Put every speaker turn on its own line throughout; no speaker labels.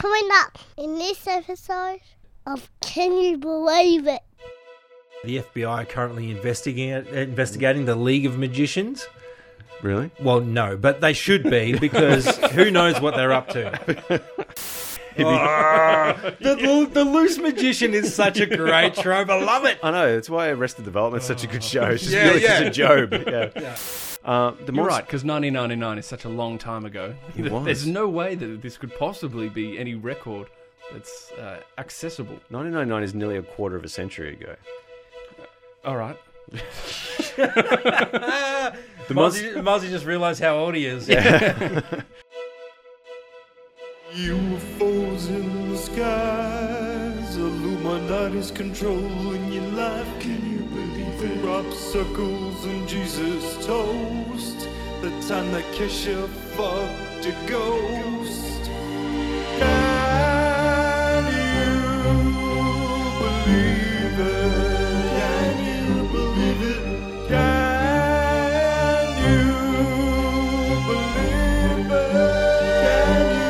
Coming up in this episode of Can You Believe It?
The FBI are currently investigating investigating the League of Magicians.
Really?
Well, no, but they should be because who knows what they're up to. Ah, the, the loose magician is such a great trope. I love it.
I know. That's why Arrested Development's such a good show. It's just
Yeah,
really
yeah.
just a job. Yeah. Uh, the
You're
more
right, because 1999 is such a long time ago.
It was.
There's no way that this could possibly be any record that's uh, accessible.
1999 is nearly a quarter of a century ago.
All right.
The
most-
just realised how old he is.
UFOs in the skies, Illuminati's controlling your life. Can you believe it? Rob circles and Jesus toast. The time that Kesha fucked a ghost. Can you believe it? Can you believe it? Can you believe it? Can you believe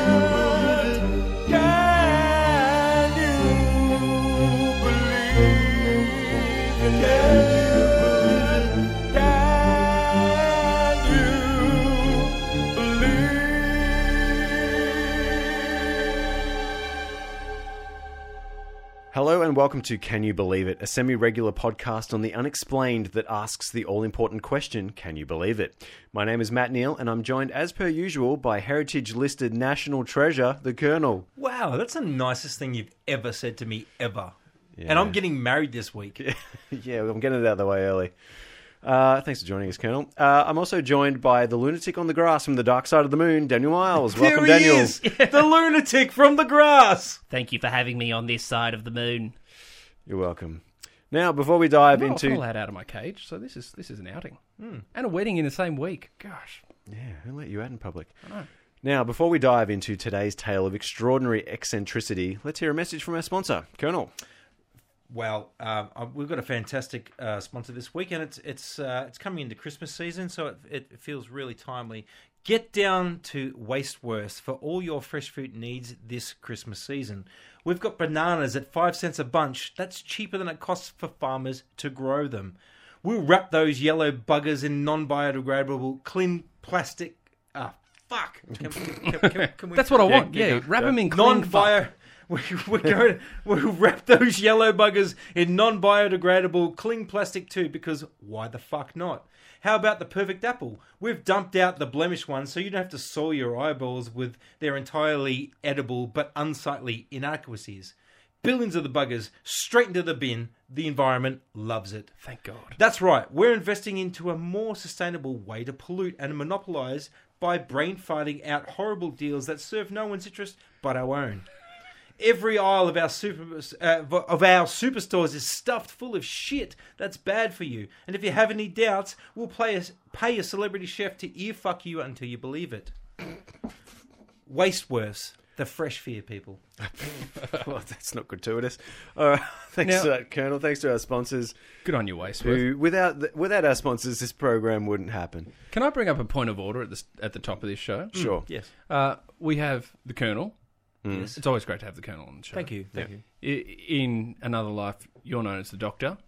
it? Can you believe it? Can you believe it?
Hello and welcome to Can You Believe It, a semi regular podcast on the unexplained that asks the all important question Can you believe it? My name is Matt Neal, and I'm joined, as per usual, by heritage listed national treasure, the Colonel.
Wow, that's the nicest thing you've ever said to me ever. And I'm getting married this week.
yeah, I'm getting it out of the way early. Uh, thanks for joining us, Colonel. Uh, I'm also joined by the lunatic on the grass from the dark side of the moon, Daniel Miles. Welcome,
there he
Daniel.
is, the lunatic from the grass.
Thank you for having me on this side of the moon.
You're welcome. Now, before we dive
No, I'm not
into.
allowed out of my cage, so this is this is an outing and a wedding in the same week. Hmm. Gosh,
Yeah, who let you out in public? Now, before we dive into today's tale of extraordinary eccentricity, let's hear a message from our sponsor, Colonel.
Well, um, uh, we've got a fantastic uh, sponsor this week, and it's it's uh, it's coming into Christmas season, so it, it feels really timely. Get down to Wasteworth for all your fresh fruit needs this Christmas season. We've got bananas at five cents a bunch. That's cheaper than it costs for farmers to grow them. We'll wrap those yellow buggers in non-biodegradable, clean plastic. Ah, fuck! Can, can- can- can we-
that's what I
Yeah,
want.
yeah,
Yeah,
yeah.
wrap them in clean fuck.
non-bio. We, we're going. We'll wrap those yellow buggers in non-biodegradable cling plastic too, because why the fuck not? How about the perfect apple? We've dumped out the blemished ones, so you don't have to soil your eyeballs with their entirely edible but unsightly inadequacies. Billions of the buggers straight into the bin. The environment loves it.
Thank God.
That's right. We're investing into a more sustainable way to pollute and monopolize by brain farting out horrible deals that serve no one's interest but our own. Every aisle of our super uh, of our superstores is stuffed full of shit that's bad for you. And if you have any doubts, we'll play a, pay a celebrity chef to ear fuck you until you believe it. Waste worse, the fresh fear people.
well, that's not gratuitous. All right, thanks
Now-
to that, Colonel. Thanks to our sponsors.
Good on your waist. Worth.
Who, without th- without our sponsors, this program wouldn't happen.
Can I bring up a point of order at the at the top of this show?
Sure.
Yes,
Uh, we have the Colonel.
yes.
It's always great to have the Colonel on the show.
Thank you, thank you.
I- In another life, you're known as the Doctor.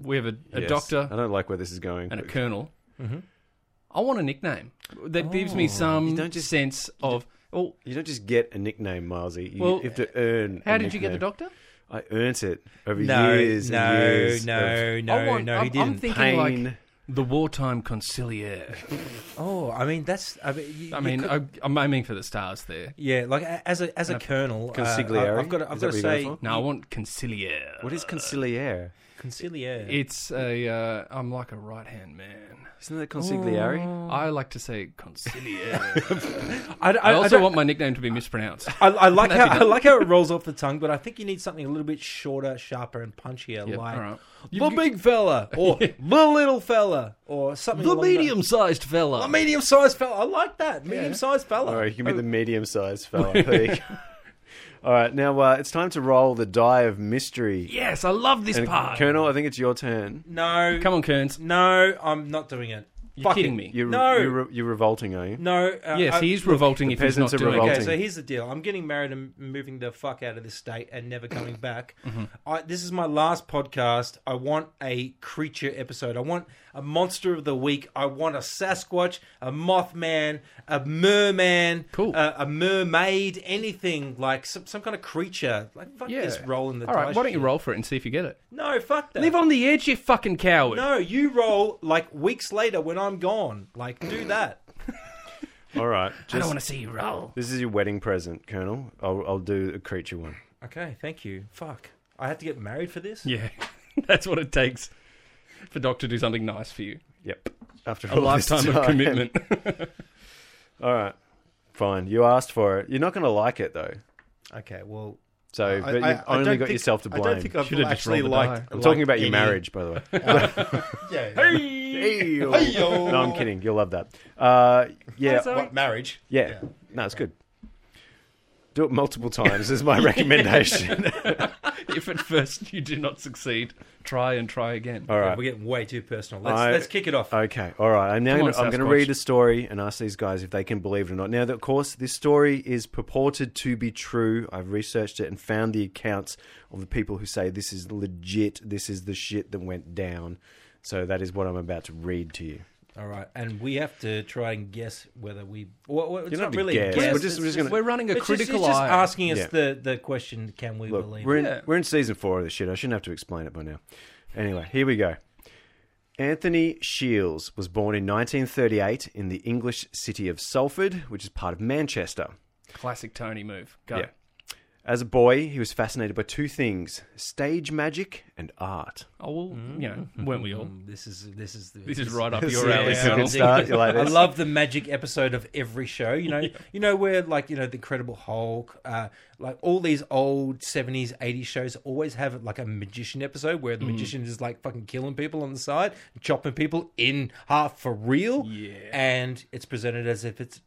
We have a, a
Yes.
Doctor
I don't like where this is going.
and a colonel.
Mm-hmm.
I want a nickname that gives
Oh.
me
You
some
don't just-
sense of. Oh,
you don't just get a nickname, Milesy. You
Well,
have to earn.
how
a
did you get the
nickname.
doctor?
I earned it over
No,
years
no,
and years. of
no, no,
I want-
no.
I'm,
He didn't.
I'm thinking
Pain.
like the wartime conciliaire.
Oh, I mean that's. I mean, you,
I
you
mean,
could-
I, I'm aiming for the stars there.
yeah, like a- as a as a colonel, uh,
Consigliere?
I- I've got to, I've
Is
got
that
to
what you're
say,
going
No, I want conciliaire.
what is conciliare?
conciliaire.
It's a. Uh, I'm like a right hand man.
Isn't that consigliere?
Oh.
I like to say conciliaire.
I, I,
I
I
also
don't-
want my nickname to be mispronounced.
I, I like
That'd
how I
be nice.
like how it rolls off the tongue, but I think you need something a little bit shorter, sharper, and punchier,
Yep,
like
all right.
the big fella or the little fella or something. along that-
sized fella.
the medium-sized fella. I like that medium-sized
Oh.
fella.
All right, you can be the medium sized fella. There you go. All right, now uh, it's time to roll the die of mystery.
yes, I love this
And
part.
Colonel, I think it's your turn.
No,
Come on, Kearns.
no, I'm not doing it.
You're
Fuck
kidding
it.
me.
You're,
No.
you're, re- you're revolting, are you?
No. Uh,
yes,
I-
he is revolting
the
if he's not
peasants are
doing
Okay,
revolting.
so here's the deal. I'm getting married and moving the fuck out of this state and never coming back.
Mm-hmm.
I, this is my last podcast. I want a creature episode. I want a monster of the week. I want a Sasquatch, a Mothman, a merman,
Cool.
a, a mermaid, anything like some, some kind of creature. Like fuck
it. Yeah.
this roll in the
All right,
dice
why don't you
shit.
roll for it and see if you get it?
No, fuck that.
Live on the edge, you fucking coward.
no, you roll like weeks later when I'm gone. Like do that.
All right.
I don't
Just,
want to see you roll.
this is your wedding present, Colonel. I'll, I'll do a creature one.
Okay, thank you. Fuck. I had to get married for this.
Yeah, that's what it takes for Doc to do something nice for you.
Yep. After
A
all this
lifetime of
time.
commitment.
All right. Fine. You asked for it. You're not going to like it, though.
Okay, well,
So,
I-
but you've
Uh, I- I
only
don't
got
think-
yourself to blame.
I don't think I've
Should've just
actually
rolled the
liked.
die.
I'm talking
liked
about your
any-
marriage, by the way.
Yeah.
Hey, yo.
Hey-yo.
no, I'm kidding. You'll love that. Uh, yeah,
What, marriage?
yeah, No, it's good. Do it multiple times is my recommendation.
if at first you do not succeed, try and try again.
All right.
we're getting way too personal. Let's,
I-
let's kick it off.
Okay. All right. I'm now
Come
gonna,
on,
I'm going to
Sasquatch.
read a story and ask these guys if they can believe it or not. Now, of course, this story is purported to be true. I've researched it and found the accounts of the people who say this is legit. This is the shit that went down. So that is what I'm about to read to you.
All right, and we have to try and guess whether we. Well, well, it's
You're
not,
not to
really a
guess.
guess.
We're
it's
just- we're just gonna-
We're running a
it's just-
critical
it's just
eye.
asking us
Yeah.
the, the question: Can we
Look,
believe?
we're
it?
in,
Yeah.
we're in season four of this shit. I shouldn't have to explain it by now. Anyway, here we go. Anthony Shields was born in 1938 in the English city of Salford, which is part of Manchester.
Classic Tony move. Go.
Yeah. As a boy, he was fascinated by two things stage magic and art.
Oh, well, you know, weren't we all?
Mm, This is this is the,
This is right up your
Yeah,
alley,
it's a
Colonel.
good start. You like
I
this?
love the magic episode of every show. You know, you know where like you know the Incredible Hulk, uh, like all these old seventies, eighties shows always have like a magician episode where
Mm.
the magician is like fucking killing people on the side, chopping people in half for real. Yeah, and it's presented as if it's.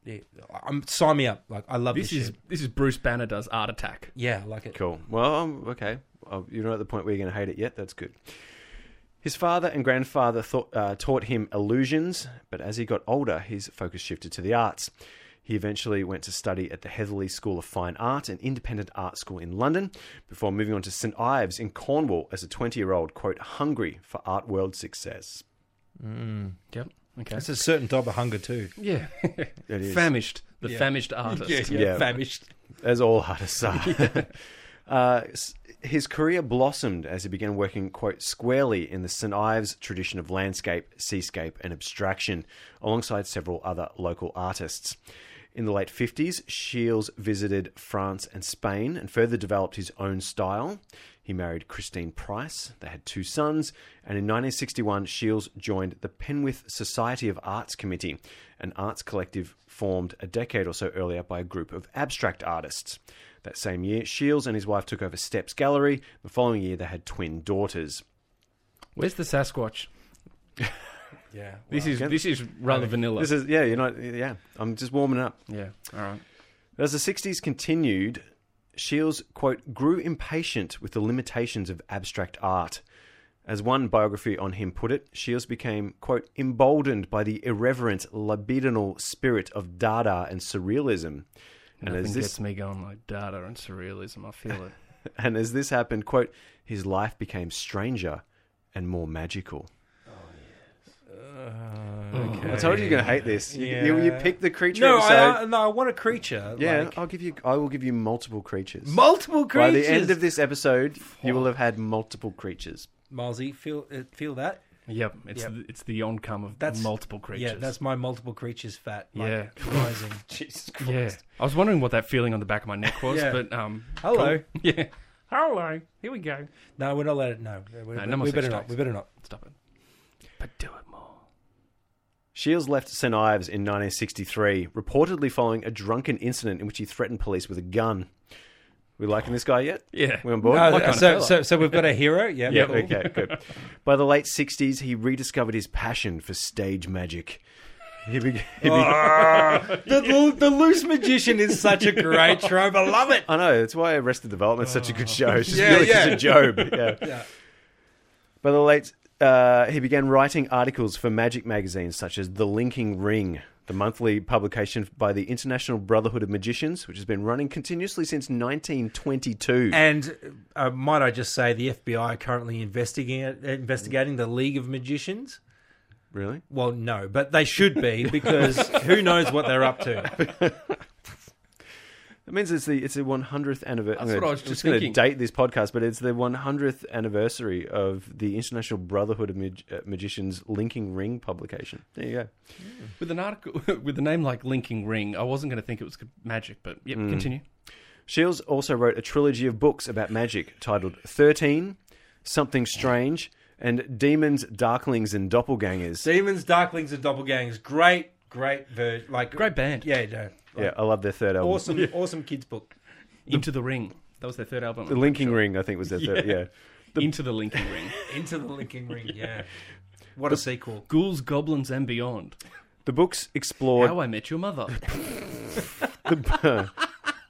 I'm sign me up. Like I love this.
This is
shit.
this is Bruce Banner does Art Attack.
yeah, I like it.
Cool. Well, um, okay. Oh, You're not at the point where you're going to hate it yet. That's good. His father and grandfather thought, uh, taught him illusions, but as he got older, his focus shifted to the arts. He eventually went to study at the Heatherley School of Fine Art, an independent art school in London, before moving on to St Ives in Cornwall as a 20 year old, quote, hungry for art world success.
Yep. Okay.
It's a certain type of hunger too.
Yeah.
It is.
famished. The
Yeah.
famished artist.
Yeah.
famished.
as all artists are. uh, s- his career blossomed as he began working, quote, squarely in the St. Ives tradition of landscape, seascape, and abstraction, alongside several other local artists. In the late 50s, Shields visited France and Spain and further developed his own style. He married Christine Price, they had two sons, and in 1961, Shields joined the Penwith Society of Arts Committee, an arts collective formed a decade or so earlier by a group of abstract artists. That same year, Shields and his wife took over Steps Gallery. The following year, they had twin daughters.
Where's the Sasquatch?
Yeah.
This is
Again?
this is rather vanilla.
This is, yeah, you're not, yeah, I'm just warming up.
yeah. All right.
As the 60s continued, Shields, quote, grew impatient with the limitations of abstract art. As one biography on him put it, Shields became, quote, emboldened by the irreverent, libidinal spirit of Dada and surrealism. And
Nothing
as, this,
gets me going like data and surrealism. I feel it.
and as this happened, quote, his life became stranger and more magical.
okay.
Oh, I told you you're going to hate this. You, you, you
Yeah.
pick the creature
No,
episode.
I, I- no, I want a creature.
yeah,
like-
I'll give you. I will give you multiple creatures.
multiple
By
creatures.
the end of this episode, you will have had multiple creatures.
Milesy, feel uh, feel that.
Yep. It's
Yep.
The, it's the oncome of
That's-
multiple creatures.
Yeah, that's my multiple creatures fat. Like,
Yeah.
rising.
Jesus
yeah. I was wondering what that feeling on the back of my neck was,
Yeah.
but um.
Hello.
cool. Yeah. Hello. Here we go.
No, we're not allowed. to- No, we,
No,
we-
no more
we
sex
better not.
jokes.
We better not.
Stop it. But do it more.
Shields left St. Ives in 1963, reportedly following a drunken incident in which he threatened police with a gun. We liking this guy yet?
Yeah.
We on board?
No,
kind of
Uh, so,
fella?
so, so we've got a hero. Yeah.
yeah,
cool.
okay, good. By the late 60s, he rediscovered his passion for stage magic. He began.
Oh, The, lo- the loose magician is such a great trope. I love it.
I know, that's why Arrested Development's such a good show. It's just
Yeah,
really
yeah.
just a job. Yeah.
Yeah.
By the late uh, he began writing articles for magic magazines such as The Linking Ring, the monthly publication by the International Brotherhood of Magicians, which has been running continuously since 1922.
And uh, might I just say, the FBI are currently investigating investigating the League of Magicians.
really?
Well, no, but they should be because who knows what they're up to?
That means it's the it's the 100th anniversary.
That's what I was just
going to
thinking.
date this podcast, but it's the 100th anniversary of the International Brotherhood of Mag- uh, Magicians Linking Ring publication. There you go.
With an article with a name like Linking Ring, I wasn't going to think it was magic, but yep, continue.
Shields also wrote a trilogy of books about magic titled 13, Something Strange, and Demons, Darklings, and Doppelgangers.
Demons, Darklings, and Doppelgangers. Great, great, ver- like
Great band.
Yeah, no,
yeah, I love their third album.
awesome, awesome kids book.
Into the Ring. That was their third album.
The Linking Ring, I think, was their third. Yeah.
Into the Linking Ring.
Into the Linking Ring. Yeah, what a sequel.
Ghouls, Goblins, and Beyond.
The books explored.
How I Met Your Mother.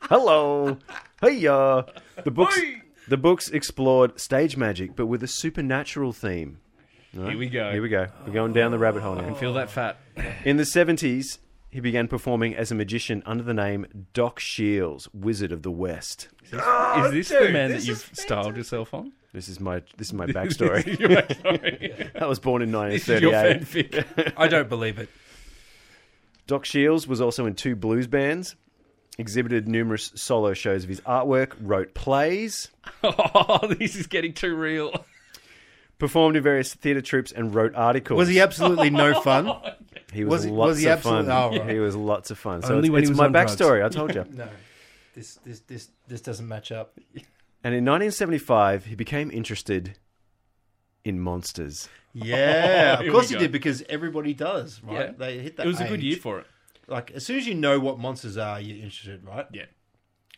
Hello. Hiya. The books. The books explored stage magic, but with a supernatural theme.
Here we go.
Here we go. We're going down the rabbit hole now.
Feel that fat.
In the 70s, he began performing as a magician under the name Doc Shields, Wizard of the West.
Is this the man that you've styled yourself on?
This is my this is my backstory.
You're right, sorry.
I was born in
This is your
1938.
fanfic.
I don't believe it.
Doc Shields was also in two blues bands, exhibited numerous solo shows of his artwork, wrote plays,
Oh, this is getting too real.
performed in various theatre troupes, and wrote articles.
Was he absolutely no fun?
He was,
was he-
lots
was he
of
absolute-
fun.
oh, right.
He was lots of fun. So
Only
it's,
when he
it's
was
my
on drugs.
backstory. I told you.
No, this, this, this, this doesn't match up.
And in 1975, he became interested in monsters.
Yeah,
Here
of course
we
he
go.
did because everybody does, right?
Yeah.
They hit that.
It was a good
age.
year for it.
Like as soon as you know what monsters are, you're interested, right?
Yeah.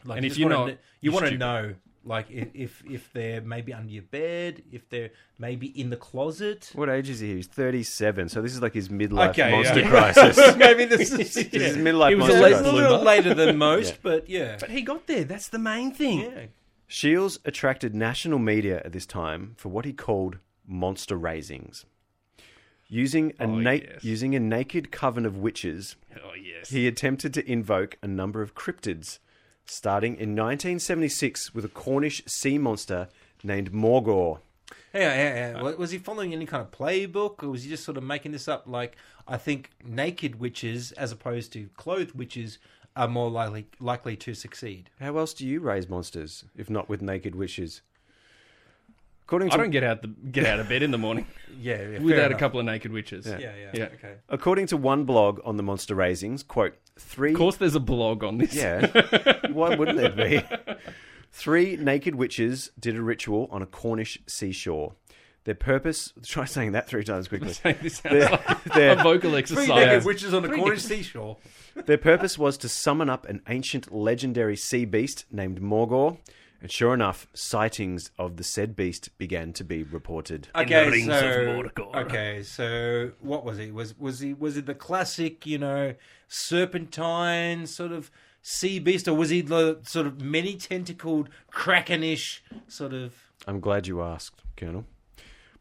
Like,
And if
just
you're
wanna
not,
kn- you
you're
want to
stupid.
know, like i- if if they're maybe under your bed, if they're maybe in the closet.
What age is he? He's 37. So this is like his midlife
Okay, yeah.
monster crisis.
maybe this is
This is midlife
He was a
monster
late
crisis.
a little later than most, but yeah,
But he got there. That's the main thing.
yeah.
Shields attracted national media at this time for what he called monster raisings. Using a,
Oh,
na-
yes.
using a naked coven of witches,
Oh, yes.
he attempted to invoke a number of cryptids, starting in 1976 with a Cornish sea monster named Morgor.
Hang on, hang on, hang on. Was he following any kind of playbook, or was he just sort of making this up? Like, I think naked witches, as opposed to clothed witches, are more likely likely to succeed.
How else do you raise monsters if not with naked witches? According to
I don't get out the get out of bed in the morning
Yeah, yeah fair
without a
enough.
couple of naked witches.
Yeah, yeah,
Yeah.
okay.
according to one blog on the monster raisings, quote three
Of course, there's a blog on this.
Yeah. Why wouldn't there be? Three naked witches did a ritual on a Cornish seashore. Their purpose. Try saying that three times quickly.
this sounds
Their,
like a
their,
vocal
Three
exercise.
naked witches on the Cornish seashore.
their purpose was to summon up an ancient legendary sea beast named Morgor, and sure enough, sightings of the said beast began to be reported.
In the rings of Mordor.
okay, so what was he? Was was he was it the classic, you know, serpentine sort of sea beast, or was he the sort of many tentacled krakenish sort of?
I'm glad you asked, Colonel.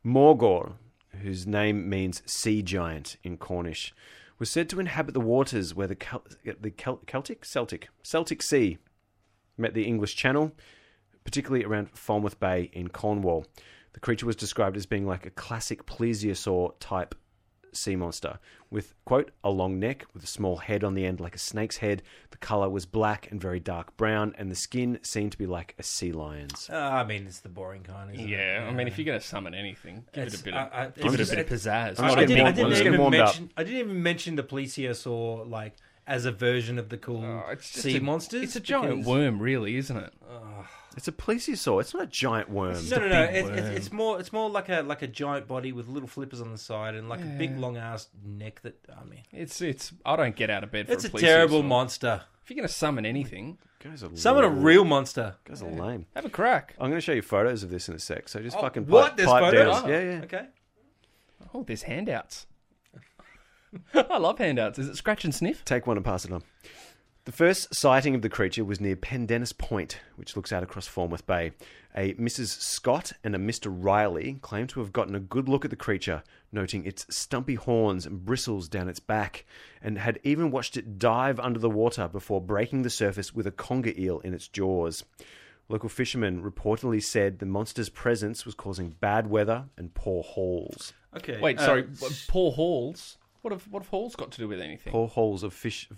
Morgor, whose name means sea giant in Cornish, was said to inhabit the waters where the, Cel- the Cel- Celtic Celtic Celtic Sea met the English Channel, particularly around Falmouth Bay in Cornwall. The creature was described as being like a classic plesiosaur type sea monster with quote a long neck with a small head on the end like a snake's head the color was black and very dark brown and the skin seemed to be like a sea lion's
Uh, I mean, it's the boring kind. Isn't it?
Yeah, I mean, if you're going to summon anything, give
It's-
it a bit
I- I-
of,
it's
give it
just-
a bit of pizzazz.
I'm just
Not
I
a
getting
didn't, I didn't
warmed- I'm
big
just
one.
getting
even
warmed up.
mention. I didn't even mention the plesiosaur like as a version of the cool
Oh, it's just
sea
a-
monsters.
It's a giant
because-
worm, really, isn't it?
It's a plesiosaur. It's not a giant worm.
No, no, no.
big
It's, it's,
worm.
it's more. It's more like a like a giant body with little flippers on the side and like a big long ass neck. That I mean,
It's it's. I don't get out of bed. For
it's a
plesiosaur.
terrible monster.
If you're going to summon anything,
Guys are
Summon a
lame.
real monster.
Guys are lame.
have a crack.
I'm going to show you photos of this in a sec. So just
Oh,
fucking pipe,
what? There's
pipe
photos?
down.
Oh,
Yeah, yeah.
Okay.
Oh, there's handouts. I love handouts. Is it scratch and sniff?
Take one and pass it on. The first sighting of the creature was near Pendennis Point, which looks out across Falmouth Bay. A Mrs. Scott and a Mr. Riley claim to have gotten a good look at the creature, noting its stumpy horns and bristles down its back, and had even watched it dive under the water before breaking the surface with a conger eel in its jaws. Local fishermen reportedly said the monster's presence was causing bad weather and poor hauls.
Okay.
Wait,
uh,
sorry. Paul Hall's. What have what have Hall's got to do with anything?
Poor hauls of fish.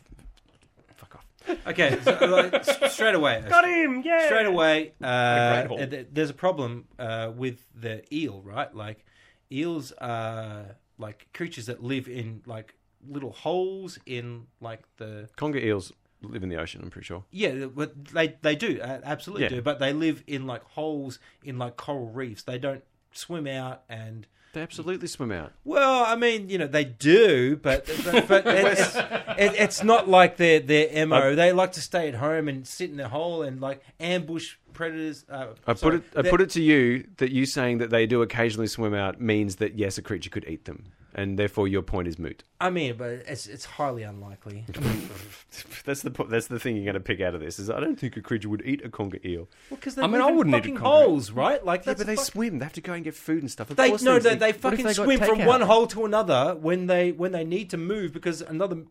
Fuck off.
Okay, so, like, s- straight away. Got him, yeah. Straight away, uh,
great haul.
th- th- there's a problem uh, with the eel, right? Like, eels are like creatures that live in like little holes in like the
Conger eels live in the ocean, I'm pretty sure.
yeah, but they they do uh, absolutely
Yeah.
do, but they live in like holes in like coral reefs. They don't swim out and
They absolutely swim out.
well, I mean, you know, they do, but but, but it's, it, it's not like their their mo.
I-
they like to stay at home and sit in their hole and like ambush predators. Uh,
I put it. I put it to you that you saying that they do occasionally swim out means that yes, a creature could eat them, and therefore your point is moot.
I mean, but it's it's highly unlikely.
That's the po- that's the thing you're going to pick out of this is I don't think a creature would eat a conger eel.
Because they
I mean,
live
I
in
wouldn't eat a
fucking
cockroach.
holes, right? Like,
Yeah,
that's
but they
fuck-
swim. They have to go and get food and stuff. Of
They
course
no,
they,
they, they fucking swim from one hole to another when they when they need to move because another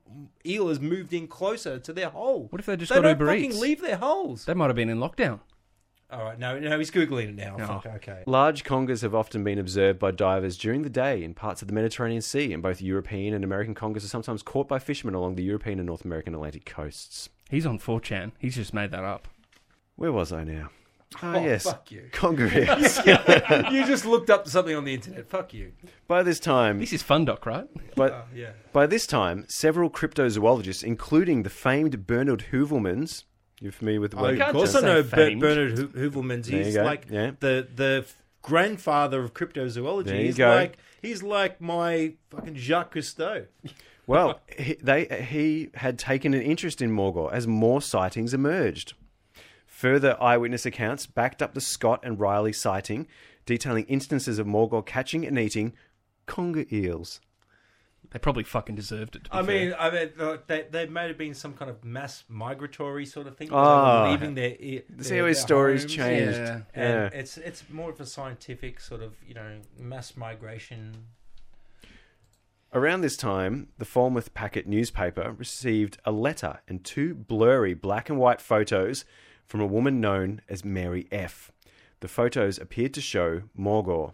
eel has moved in closer to their hole.
What if they just
they
got
don't
Uber
fucking
Eats?
leave their holes?
They might have been in lockdown.
All right, no, no, he's googling it now.
No.
Fuck, okay.
Large congers have often been observed by divers during the day in parts of the Mediterranean Sea, and both European and American congers are sometimes caught by fishermen along the European and North American Atlantic coasts.
He's on 4chan. He's just made that up.
Where was I now? Ah,
Oh,
yes,
fuck you.
conger eels.
you just looked up something on the internet. Fuck you.
By this time,
This is Fundoc, right?
but
Oh, yeah.
By this time, several cryptozoologists, including the famed Bernard Hoovelmans, you're familiar with the word?
of
can't
course, I
just
know
say
Ber-
famed.
Bernard Ho- Hoovelmans.
There you
He's
go,
like
yeah.
the the f- grandfather of cryptozoology.
There you
he's
go.
like he's like my fucking Jacques Cousteau.
Well, he, they, he had taken an interest in Morgor as more sightings emerged. Further eyewitness accounts backed up the Scott and Riley sighting, detailing instances of Morgor catching and eating conger eels.
They probably fucking deserved it. To be
I
fair.
mean, I mean, like, they they may have been some kind of mass migratory sort of thing,
Ah.
like leaving their, e- their
See how his
their
stories
homes.
changed.
yeah.
And
Yeah.
it's it's more of a scientific sort of you know mass migration.
Around this time, the Falmouth Packet newspaper received a letter and two blurry black and white photos from a woman known as Mary F. The photos appeared to show Morgor.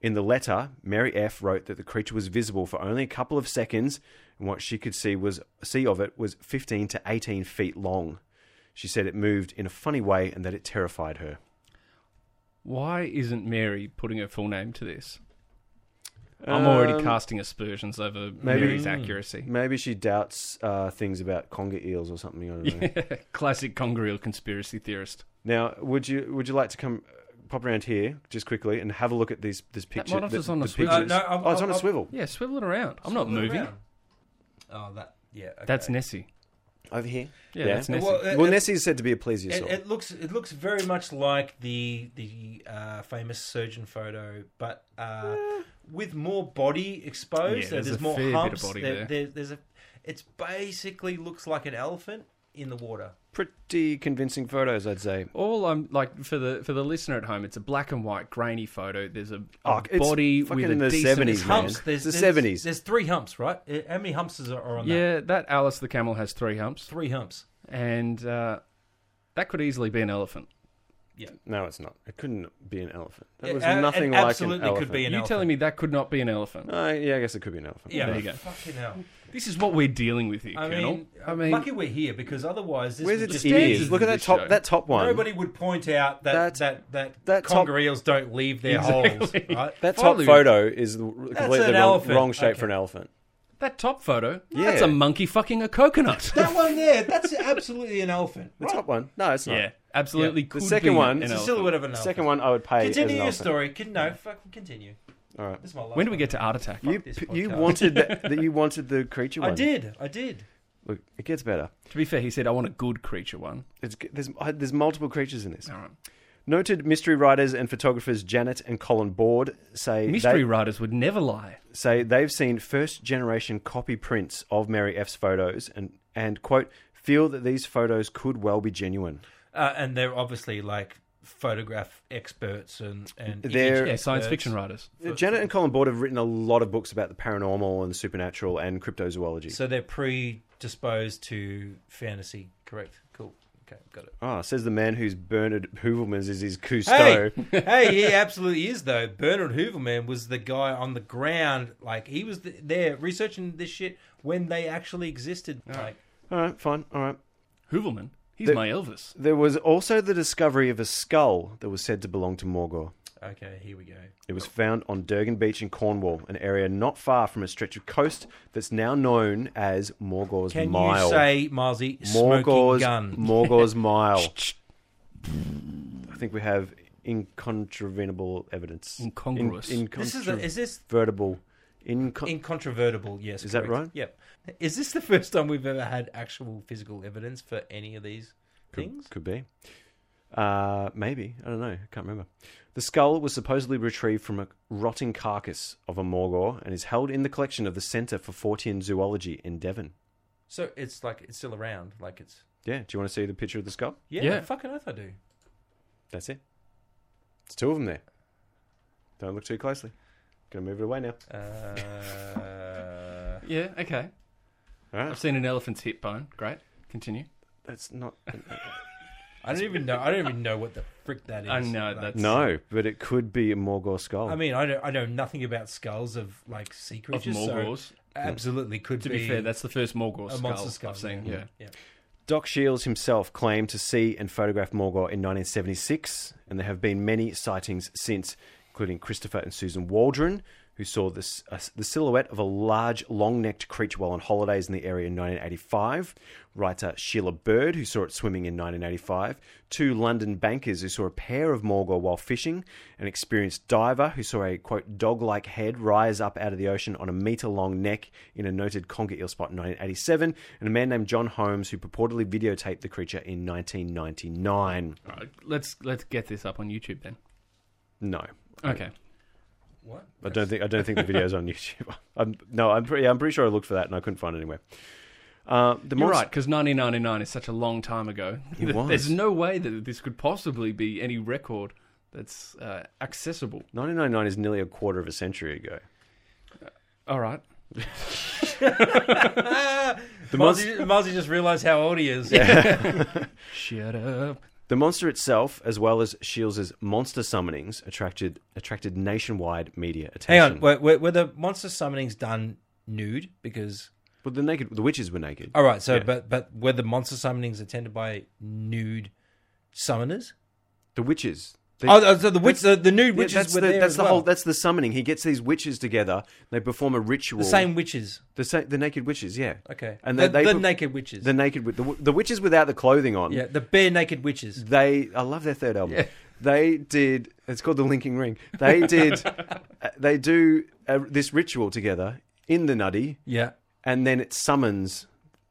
In the letter, Mary F. wrote that the creature was visible for only a couple of seconds, and what she could see was see of it was 15 to 18 feet long. She said it moved in a funny way and that it terrified her.
Why isn't Mary putting her full name to this? I'm already
Um,
casting aspersions over
maybe-
Mary's accuracy.
Maybe she doubts uh, things about conger eels or something. I don't know.
Mm.
Classic Congreal conspiracy theorist.
Now, would you would you like to come uh, pop around here just quickly and have a look at these this picture?
monitor's
the-
on a
the
swivel.
pictures?
Uh, no, I've-
oh, it's on
I've-
a swivel.
Yeah, swivel it around. I'm not moving.
Oh, that yeah. Okay.
That's Nessie.
Over here.
Yeah, that's Nessie.
Well, it-
Well,
it-
Nessie is said to be a plesiosaur.
It, it looks it looks very much like the the uh, famous surgeon photo, but uh, with more body exposed.
Yeah,
there's,
there's a
more
fair bit of
humps.
body
there,
there.
there- there's a. It's basically looks like an elephant in the water.
Pretty convincing photos, I'd say.
All I'm like for the for the listener at home, it's a black and white grainy photo. There's a, a
Oh, it's
body
fucking
with a
the
decent
70s, man.
hump.
Humps. There's
It's the
there's-
70s.
There's three humps, right? Uh, How many humps is are are on that?
Yeah, that Alice the camel has three humps,
Three humps.
and uh, that could easily be an elephant.
No, it's not. It couldn't be an elephant. That
It-
was
uh, it
nothing like an
absolutely
elephant.
could be
you
an
Are you
elephant.
telling me that could not be an elephant?
Uh, yeah, I guess it could be an elephant.
Yeah,
There you go.
Fucking hell.
This is what we're dealing with here,
I
Colonel.
mean, I mean, lucky we're here because otherwise, this
Where's
would
its
just
stands
ears?
as
Look at
the
that top.
show.
That top one.
Nobody would point out that
That's-
that that,
that top-
conger eels don't leave their
Exactly.
holes, right?
that top
Finally-
photo is the- completely
an
wrong,
elephant.
wrong shape
Okay.
for an elephant.
that top photo,
Yeah.
that's a monkey fucking a coconut.
That one there, that's absolutely an elephant.
The top one. No, it's not.
yeah, absolutely.
Yeah. The
Could
second
be
one- It's
an
It's a
elephant.
silhouette of an
The
elephant.
second one, I would pay as an
Continue your
elephant.
story. Con- No, fucking continue.
All right.
This is my last
When do we
one.
get to Art Attack?
You,
this
you
podcast.
wanted that, that. You wanted the creature one.
I did. I did.
Look, it gets better.
To be fair, he said, "I want a good creature one."
It's, there's, I- there's multiple creatures in this.
All right.
Noted mystery writers and photographers Janet and Colin Board say
Mystery
they,
writers would never lie.
say they've seen first generation copy prints of Mary F's photos and and quote feel that these photos could well be genuine.
Uh, and they're obviously like photograph experts and, and image
They're-
Yeah, science
experts.
fiction writers.
Janet and Colin Board have written a lot of books about the paranormal and supernatural and cryptozoology.
So they're predisposed to fantasy. Correct. Cool. Okay, got it.
Ah, says the man who's Bernard Hooverman's is his
Hey,
Cousteau.
hey, he absolutely is though. Bernard Hooverman was the guy on the ground, like he was th there researching this shit when they actually existed. Like,
All right, fine. All right.
Hooverman. He's
The-
my Elvis.
There was also the discovery of a skull that was said to belong to Morgor.
okay, here we go.
It was found on Durgan Beach in Cornwall, an area not far from a stretch of coast that's now known as Morgor's
Can
Mile.
you say Milesy smoking
Morgor's
gun?
Morgor's Mile. I think we have incontrovertible evidence.
Incongruous.
In,
This is a,
incontrovertible.
is this
Incon-
incontrovertible? Yes,
Is that
correct.
right?
Yep. Is this the first time we've ever had actual physical evidence for any of these things?
Could be. Uh, maybe. I don't know. I can't remember. The skull was supposedly retrieved from a rotting carcass of a Morgor and is held in the collection of the Centre for Fortean Zoology in Devon.
So it's like it's still around. Like it's
Yeah. Do you want to see the picture of the skull?
yeah,
Yeah.
fucking earth I do.
That's it. It's two of them there. Don't look too closely. Gonna move it away now.
Uh,
Yeah, okay.
All right.
I've seen an elephant's hip bone. Great. Continue.
That's not.
I don't even know. I don't even know what the frick that is.
I know,
Like,
that's-
No, but it could be a Morgor skull.
I mean, I don't. I know nothing about skulls of like sea
Of
creatures. so
Morgors.
absolutely could
To be fair, that's the first Morgor
a
skull,
monster skull
I've seen. Yeah.
yeah.
Doc Shields himself claimed to see and photograph Morgor in 1976, and there have been many sightings since, including Christopher and Susan Waldron, who saw this, uh, the silhouette of a large, long necked creature while on holidays in the area in 1985, writer Sheila Bird, who saw it swimming in 1985, two London bankers who saw a pair of Morgor while fishing, an experienced diver who saw a, quote, dog like head rise up out of the ocean on a metre long neck in a noted conger eel spot in 1987, and a man named John Holmes who purportedly videotaped the creature in 1999.
All right, let's let's get this up on YouTube then.
No.
Okay.
What?
I don't think I don't think the video's on YouTube. I'm, no, I'm pretty I'm pretty sure I looked for that and I couldn't find it anywhere. Uh, the
You're
monst-
right, because 1999 is such a long time ago.
It was.
There's no way that this could possibly be any record that's uh, accessible.
1999 is nearly a quarter of a century ago.
All right.
The,
Marzi,
monst-
Marzi just realised how old he is.
Shut up.
The monster itself, as well as Shields' monster summonings, attracted attracted nationwide media
Hang
attention.
on, were, were, were the monster summonings done nude? Because
But the naked, the witches were naked.
all right, so
Yeah.
but but were the monster summonings attended by nude summoners?
The witches. They-
Oh, oh, so the witch, the, the nude
yeah,
witches
that's
were
the,
there
that's
as
the
well.
whole. That's the summoning. He gets these witches together. They perform a ritual.
the same witches.
The, sa- the naked witches. Yeah.
Okay,
And
the,
they, they
the
per-
naked witches.
The naked. wi- The, w- the witches without the clothing on.
yeah, the bare naked witches.
They. I love their third album. They did. It's called the Linking Ring. They did. uh, they do uh, this ritual together in the nutty,
Yeah,
and then it summons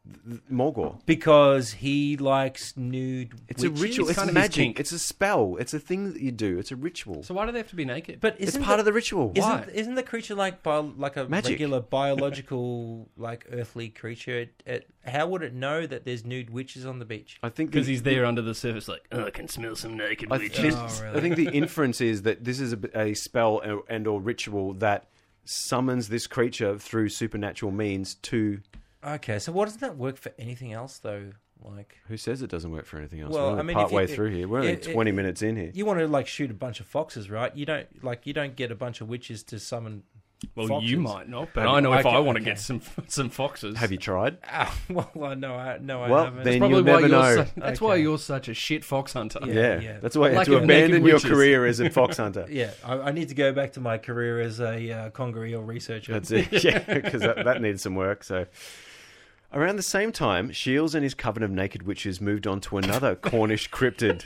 th- th- Morgor.
because he likes nude.
It's
witches.
a ritual. It's,
kind of his
magic.
kink.
It's a spell. It's a thing that you do. It's a ritual.
So why do they have to be naked?
But
it's
isn't
part of the ritual.
Why?
Isn't, isn't the creature like bio, like a
Magic.
regular biological like earthly creature? It, it, how would it know that there's nude witches on the beach?
I think
because
the-
he's there under the surface, like
Oh, I can smell some naked
I think,
witches.
Oh, really?
I think the inference is that this is a, a spell and- and or ritual that summons this creature through supernatural means to.
Okay, so why doesn't that work for anything else though? Like
Who says it doesn't work for anything else?
Well,
We're only
I mean, if
part
you-
way through here. We're only
it- it-
twenty minutes in here.
you want to like shoot a bunch of foxes, right? You don't like you don't get a bunch of witches to summon.
Well,
foxes.
you might not, but
Have
I
you-
know if
okay,
I want to
okay.
get some some foxes.
Have you tried?
Ah, well, I know, I no,
Well,
I haven't.
then-
That's probably
You'll
why
never
you're.
know.
Su- that's why
Okay.
you're such a shit fox hunter.
Yeah,
Yeah,
yeah.
that's why you
Like
have
of
to
naked
abandon your
witches.
career as a fox hunter.
yeah, I, I need to go back to my career as a uh, conger researcher.
That's it. Yeah, because that, that needs some work. So, around the same time, Shields and his coven of naked witches moved on to another Cornish cryptid.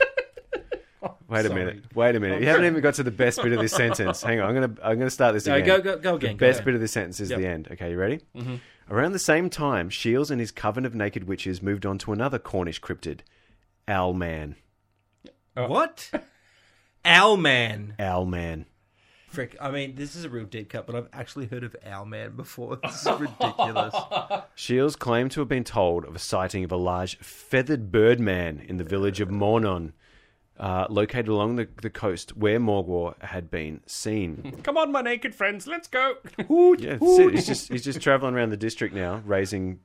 Wait
Oh,
a
Sorry.
minute. Wait a minute. You haven't even got to the best bit of this sentence. Hang on. I'm gonna I'm gonna start this
No,
again.
go- go- go again,
The
go
best
again.
bit of this sentence is
Yep.
the end. Okay, you ready? Mm-hmm. Around the same time, Shields and his coven of naked witches moved on to another Cornish cryptid, Owlman.
What? Owl man.
Owlman.
frick. I mean, this is a real deep cut, but I've actually heard of Owlman before. This is ridiculous.
Shields claimed to have been told of a sighting of a large feathered birdman in the village of Mornon, uh, located along the, the coast where Morgwar had been seen.
Come on, my naked friends, let's go.
yeah, that's it. He's just he's just traveling around the district now, raising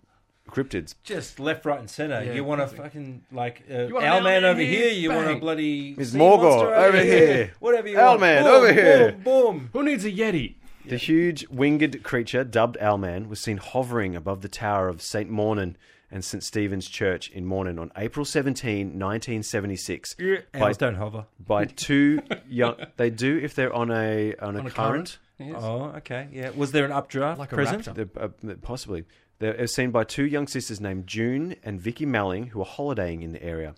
cryptids.
Just left, right, and center.
Yeah,
you want a fucking like uh,
want
Owlman
an Owlman
over here?
here?
You want a
Bang.
bloody
It's
sea
Morgor
monster
over here.
Whatever you want.
Owlman
Boom,
over here.
Boom, boom.
Who needs a Yeti?
The huge winged creature, dubbed Owlman, was seen hovering above the tower of St. Mornan and St. Stephen's Church in Mornan on April 17, 1976. by,
Owls don't hover.
by two young. They do if they're on a, on a,
On a
current.
current? Yes.
Oh, okay. Yeah. Was there an updraft
Like a
present?
raptor.
They're, uh, possibly. They were seen by two young sisters named June and Vicky Malling, who were holidaying in the area.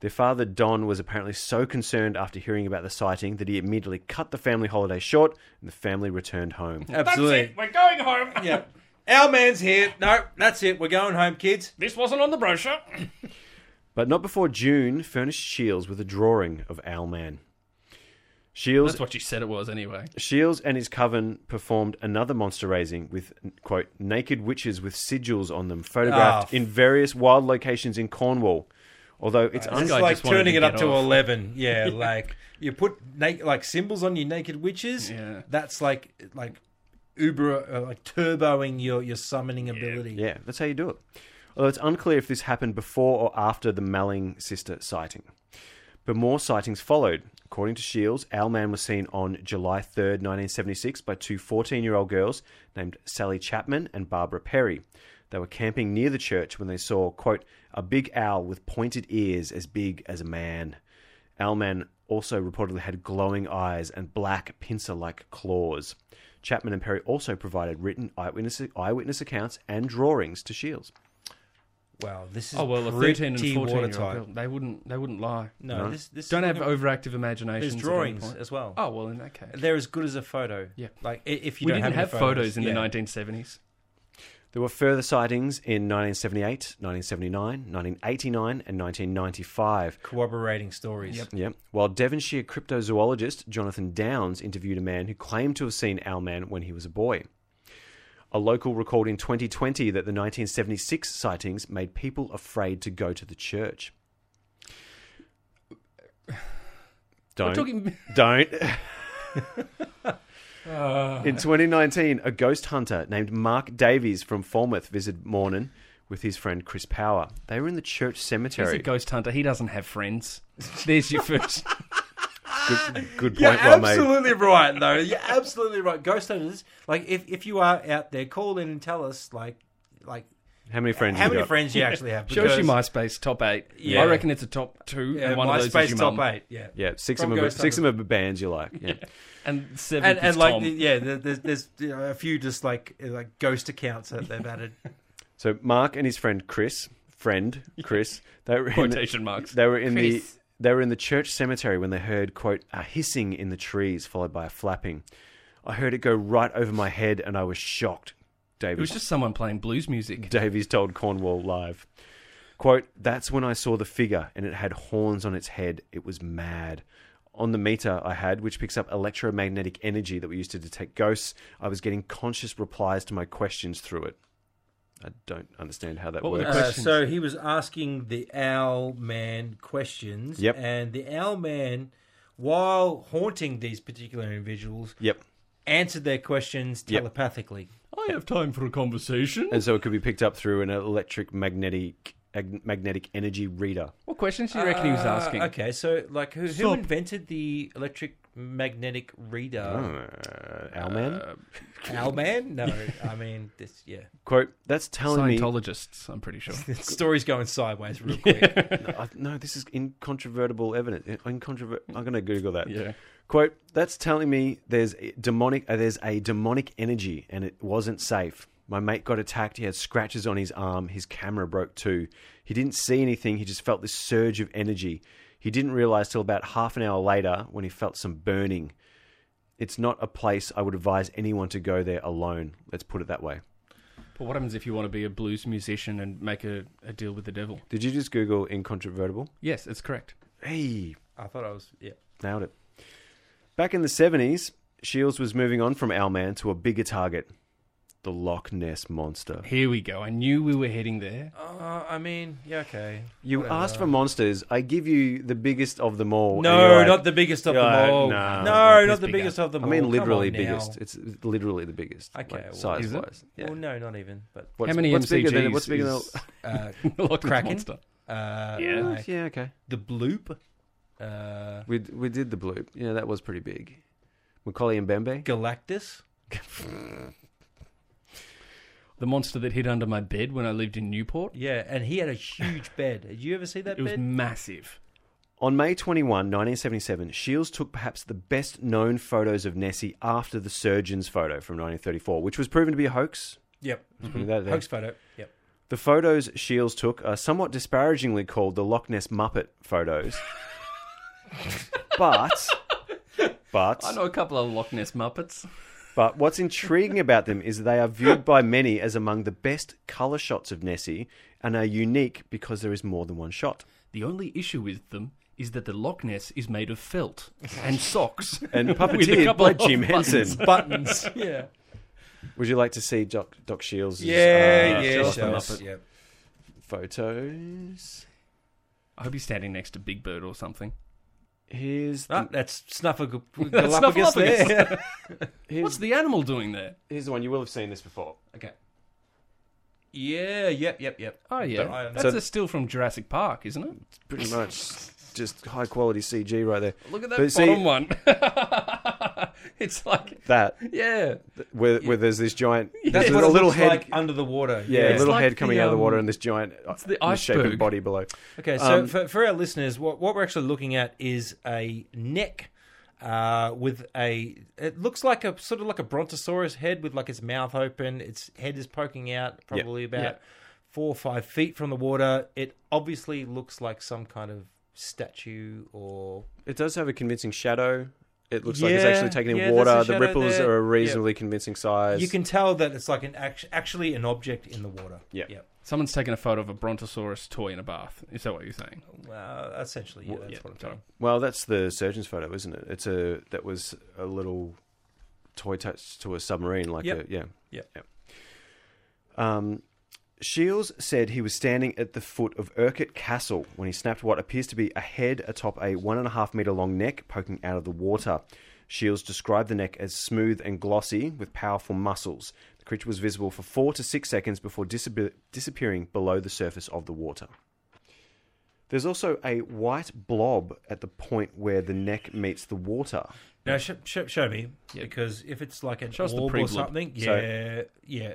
Their father, Don, was apparently so concerned after hearing about the sighting that he immediately cut the family holiday short and the family returned home.
Absolutely.
That's it. We're going home.
Yeah. Our man's here. No, that's it. We're going home, kids.
This wasn't on the brochure.
But not before June furnished Shields with a drawing of Owlman. Shields
That's what you said it was, anyway.
Shields and his coven performed another monster raising with, quote, naked witches with sigils on them, photographed
Ah,
in various wild locations in Cornwall. Although it's
This
It's
guy
like
just wanted
turning
to
it up
get
to
off.
eleven. Yeah, like you put na- like symbols on your naked witches.
Yeah.
That's like like uber uh, like turboing your your summoning ability.
Yeah, that's how you do it. Although it's unclear if this happened before or after the Malling sister sighting. But more sightings followed. According to Shields, Owlman was seen on July 3rd, 1976, by two 14 year old girls named Sally Chapman and Barbara Perry. They were camping near the church when they saw, quote, a big owl with pointed ears as big as a man. Owlman also reportedly had glowing eyes and black pincer like claws. Chapman and Perry also provided written eyewitness, eyewitness accounts and drawings to Shields.
Wow, this is
Oh well, a
pretty
thirteen and fourteen year
watertight.
old, they wouldn't. They wouldn't lie.
No, this this
Don't have
look at-
overactive imaginations.
there's
at any
drawings
point.
as well.
Oh well, in that case,
They're as good as a photo.
Yeah.
like i- if you
we
don't
didn't have
have, any
photos in
yeah.
the nineteen seventies.
There were further sightings in 1978, 1979, 1989, and 1995.
corroborating stories.
Yep.
Yeah. While Devonshire cryptozoologist Jonathan Downs interviewed a man who claimed to have seen Owlman when he was a boy. A local recalled in 2020 that the 1976 sightings made people afraid to go to the church. Don't.
We're talking.
Don't.
Uh.
In 2019, a ghost hunter named Mark Davies from Falmouth visited Mornon with his friend Chris Power. They were in the church
He's
cemetery.
a ghost hunter. He doesn't have friends. There's your first.
Good, good
You're
point, well made.
absolutely right, though. You're absolutely right. Ghost hunters, like if, if you are out there, call in and tell us, like, like
How many friends?
how
you
many
got?
friends you actually have.
Show us your
because-
MySpace top eight.
Yeah.
I reckon it's a top two,
Yeah,
and one of those
MySpace
is your
top
mum.
eight. Yeah,
Yeah, six
From
of them. Are,
Ghost
six of them are bands you like. Yeah.
and seven.
and, and
is
like
Tom.
the- yeah, there- there's there's you know, a few just like uh, like ghost accounts that they've added.
So Mark and his friend Chris, friend Chris, they were in the,
quotation marks.
they were in
Chris.
the they were in the church cemetery when they heard quote a hissing in the trees followed by a flapping. I heard it go right over my head and I was shocked.
It was
Davies
just someone playing blues music.
Davies told Cornwall Live. Quote, that's when I saw the figure and it had horns on its head. It was mad. On the meter I had, which picks up electromagnetic energy that we use to detect ghosts, I was getting conscious replies to my questions through it. I don't understand how that
What were the
works.
Uh,
Questions.
so he was asking the owl man questions.
Yep.
and the owl man, while haunting these particular individuals,
Yep.
answered their questions
Yep.
telepathically.
I have time for a conversation.
And so it could be picked up through an electric magnetic ag- magnetic energy reader.
What questions do you reckon he was asking?
Uh, okay, so like who, who
Stop.
invented the electric magnetic
Oh.
reader?
Uh, Owlman?
Owl man? No, I mean this. Yeah,
Quote, that's telling me
Scientologists, I'm pretty sure.
the story's going sideways real quick.
I, no, this is incontrovertible evidence. Incontrover- I'm going to Google that.
Yeah.
Quote: That's telling me there's a demonic. Uh, there's a demonic energy, and it wasn't safe. My mate got attacked. He had scratches on his arm. His camera broke too. He didn't see anything. He just felt this surge of energy. He didn't realize till about half an hour later when he felt some burning. It's not a place I would advise anyone to go there alone. Let's put it that way.
But what happens if you want to be a blues musician and make a, a deal with the devil?
Did you just Google incontrovertible?
Yes, it's correct.
Hey,
I thought I was yeah.
Nailed it. Back in the 70s, Shields was moving on from Owlman to a bigger target the Loch Ness Monster.
Here we go. I knew we were heading there.
Uh, I mean, yeah, okay.
You asked for monsters. I give you the biggest of them all. and you're
uh, No,
like-
not the biggest of
Yeah,
them all. No,
no.
Who's
not the
bigger?
biggest of them
I
all.
mean,
Come
literally
on now.
biggest. It's literally the biggest.
Okay, well,
size
is it?
wise. Yeah.
Well, no, not even. But
What's,
How many
what's
MCGs?
bigger than what's bigger than?
is
uh,
Loch Ness
Kraken?
Monster?
uh,
Yeah.
like
yeah, okay.
the bloop, uh,
We we did the bloop. Yeah, that was pretty big. Macaulay and Bembe.
Galactus.
The monster that hid under my bed when I lived in Newport.
Yeah, and he had a huge bed. Did you ever see that
It was
bed?
massive.
On May 21, 1977, Shields took perhaps the best known photos of Nessie after the surgeon's photo from 1934, which was proven to be a hoax.
yep.
Let's put it out there.
Hoax photo. Yep.
The photos Shields took are somewhat disparagingly called the Loch Ness Muppet photos. but, but,
I know a couple of Loch Ness Muppets.
but what's intriguing about them is they are viewed by many as among the best color shots of Nessie and are unique because there is more than one shot.
The only issue with them is that the Loch Ness is made of felt and socks.
And
With a
puppeteered
couple
by
of
Jim
buttons.
Henson.
Buttons. yeah.
Would you like to see Doc, Doc Shields'
Yeah,
uh,
yeah,
show
show
us the
us.
Muppet.
Yep.
photos?
I hope he's standing next to Big Bird or something.
Here's the,
Ah, that's Snuffle
That's
Galapagos
Snuffleupagus.
there.
What's
here's,
the animal doing there?
here's the one you will have seen this before.
okay. Yeah, yep, yep, yep.
Oh
Don't I
yeah,
know?
that's
So-
a still from Jurassic Park, isn't it?
Pretty much just high quality CG right there.
Look at that
But
bottom
see-
one. it's like
That
yeah,
where, where there's this giant,
That's
there's
what
a
it
little
looks
head,
like under the water.
yeah, a
It's
little
like
head coming
the,
out of the water
um,
and this giant,
it's the
misshapen
iceberg.
body below.
Okay, so
Um,
for, for our listeners, what, what we're actually looking at is a neck uh, with a. It looks like a sort of like a brontosaurus head with like its mouth open. Its head is poking out, probably about
yeah.
four or five feet from the water. It obviously looks like some kind of statue or
It does have a convincing shadow. It looks like it's
Yeah,
actually taken
yeah,
in
there's a
water. The
shadow
ripples
there.
are a reasonably convincing size.
you can tell that it's like an act- actually an object in the water.
Yeah.
Yep.
someone's taken a photo of a brontosaurus toy in a bath. Is that what you're saying?
Uh, essentially, yeah, that's
yeah,
what I'm
sorry.
saying.
Well, that's the surgeon's photo, isn't it? It's a that was a little toy touch to a submarine, like
Yep.
a yeah,
Yep.
Um, Shields said he was standing at the foot of Urquhart Castle when he snapped what appears to be a head atop a one and a half meter long neck poking out of the water. Shields described the neck as smooth and glossy with powerful muscles. The creature was visible for four to six seconds before disab- disappearing below the surface of the water. There's also a white blob at the point where the neck meets the water.
Now sh- sh- show me
Yeah.
because if it's like an
Show us the
orb or
pre-blob.
something,
So-
yeah, yeah.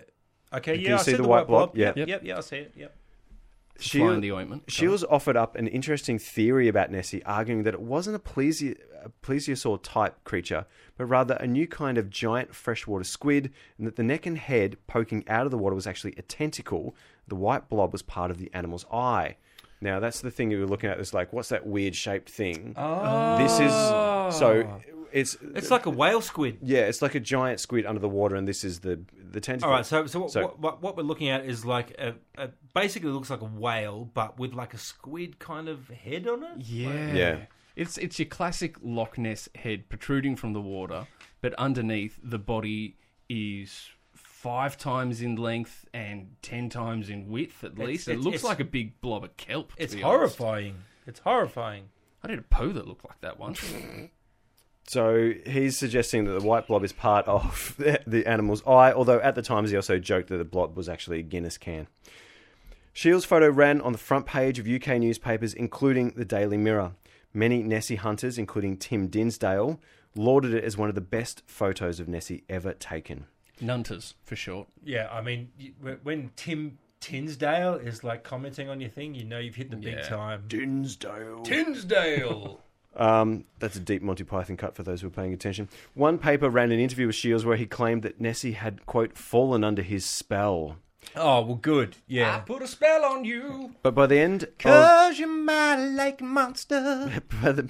Okay,
Can
yeah,
you
I
see
see
the
the
white blob? Yeah.
Yep,
Yep.
yep, yeah, I see it. Yep.
Fly in the ointment.
Shields offered up an interesting theory about Nessie, arguing that it wasn't a, plesio- a plesiosaur type creature, but rather a new kind of giant freshwater squid, and that the neck and head poking out of the water was actually a tentacle. The white blob was part of the animal's eye. Now, that's the thing you were looking at. It's like, what's that weird shaped thing? This is. So it's.
It's like a whale squid.
yeah, it's like a giant squid under the water, and this is the the tentacle.
All right, so so, what-
So-
what, what what we're looking at is like a, a basically looks like a whale, but with like a squid kind of head on it.
Yeah.
Yeah.
It's it's your classic Loch Ness head protruding from the water, but underneath the body is five times in length and ten times in width at least. it
it's-
looks
it's-
like a big blob of kelp. to
It's
be honest.
horrifying. It's horrifying.
I did a poo that looked like that once.
So he's suggesting that the white blob is part of the, the animal's eye, although at the times he also joked that the blob was actually a Guinness can. Shields' photo ran on the front page of UK newspapers, including the Daily Mirror. Many Nessie hunters, including Tim Dinsdale, lauded it as one of the best photos of Nessie ever taken.
Nunters for short.
Yeah, I mean, you- when- when Tim Tinsdale is like commenting on your thing, you know you've hit the big
Yeah.
time.
Dinsdale.
Tinsdale.
Um, that's a deep Monty Python cut for those who are paying attention. One paper ran an interview with Shields where he claimed that Nessie had, quote, fallen under his spell.
oh well, good. Yeah.
put a spell on you.
But by the end of-
you might like monster.
By the,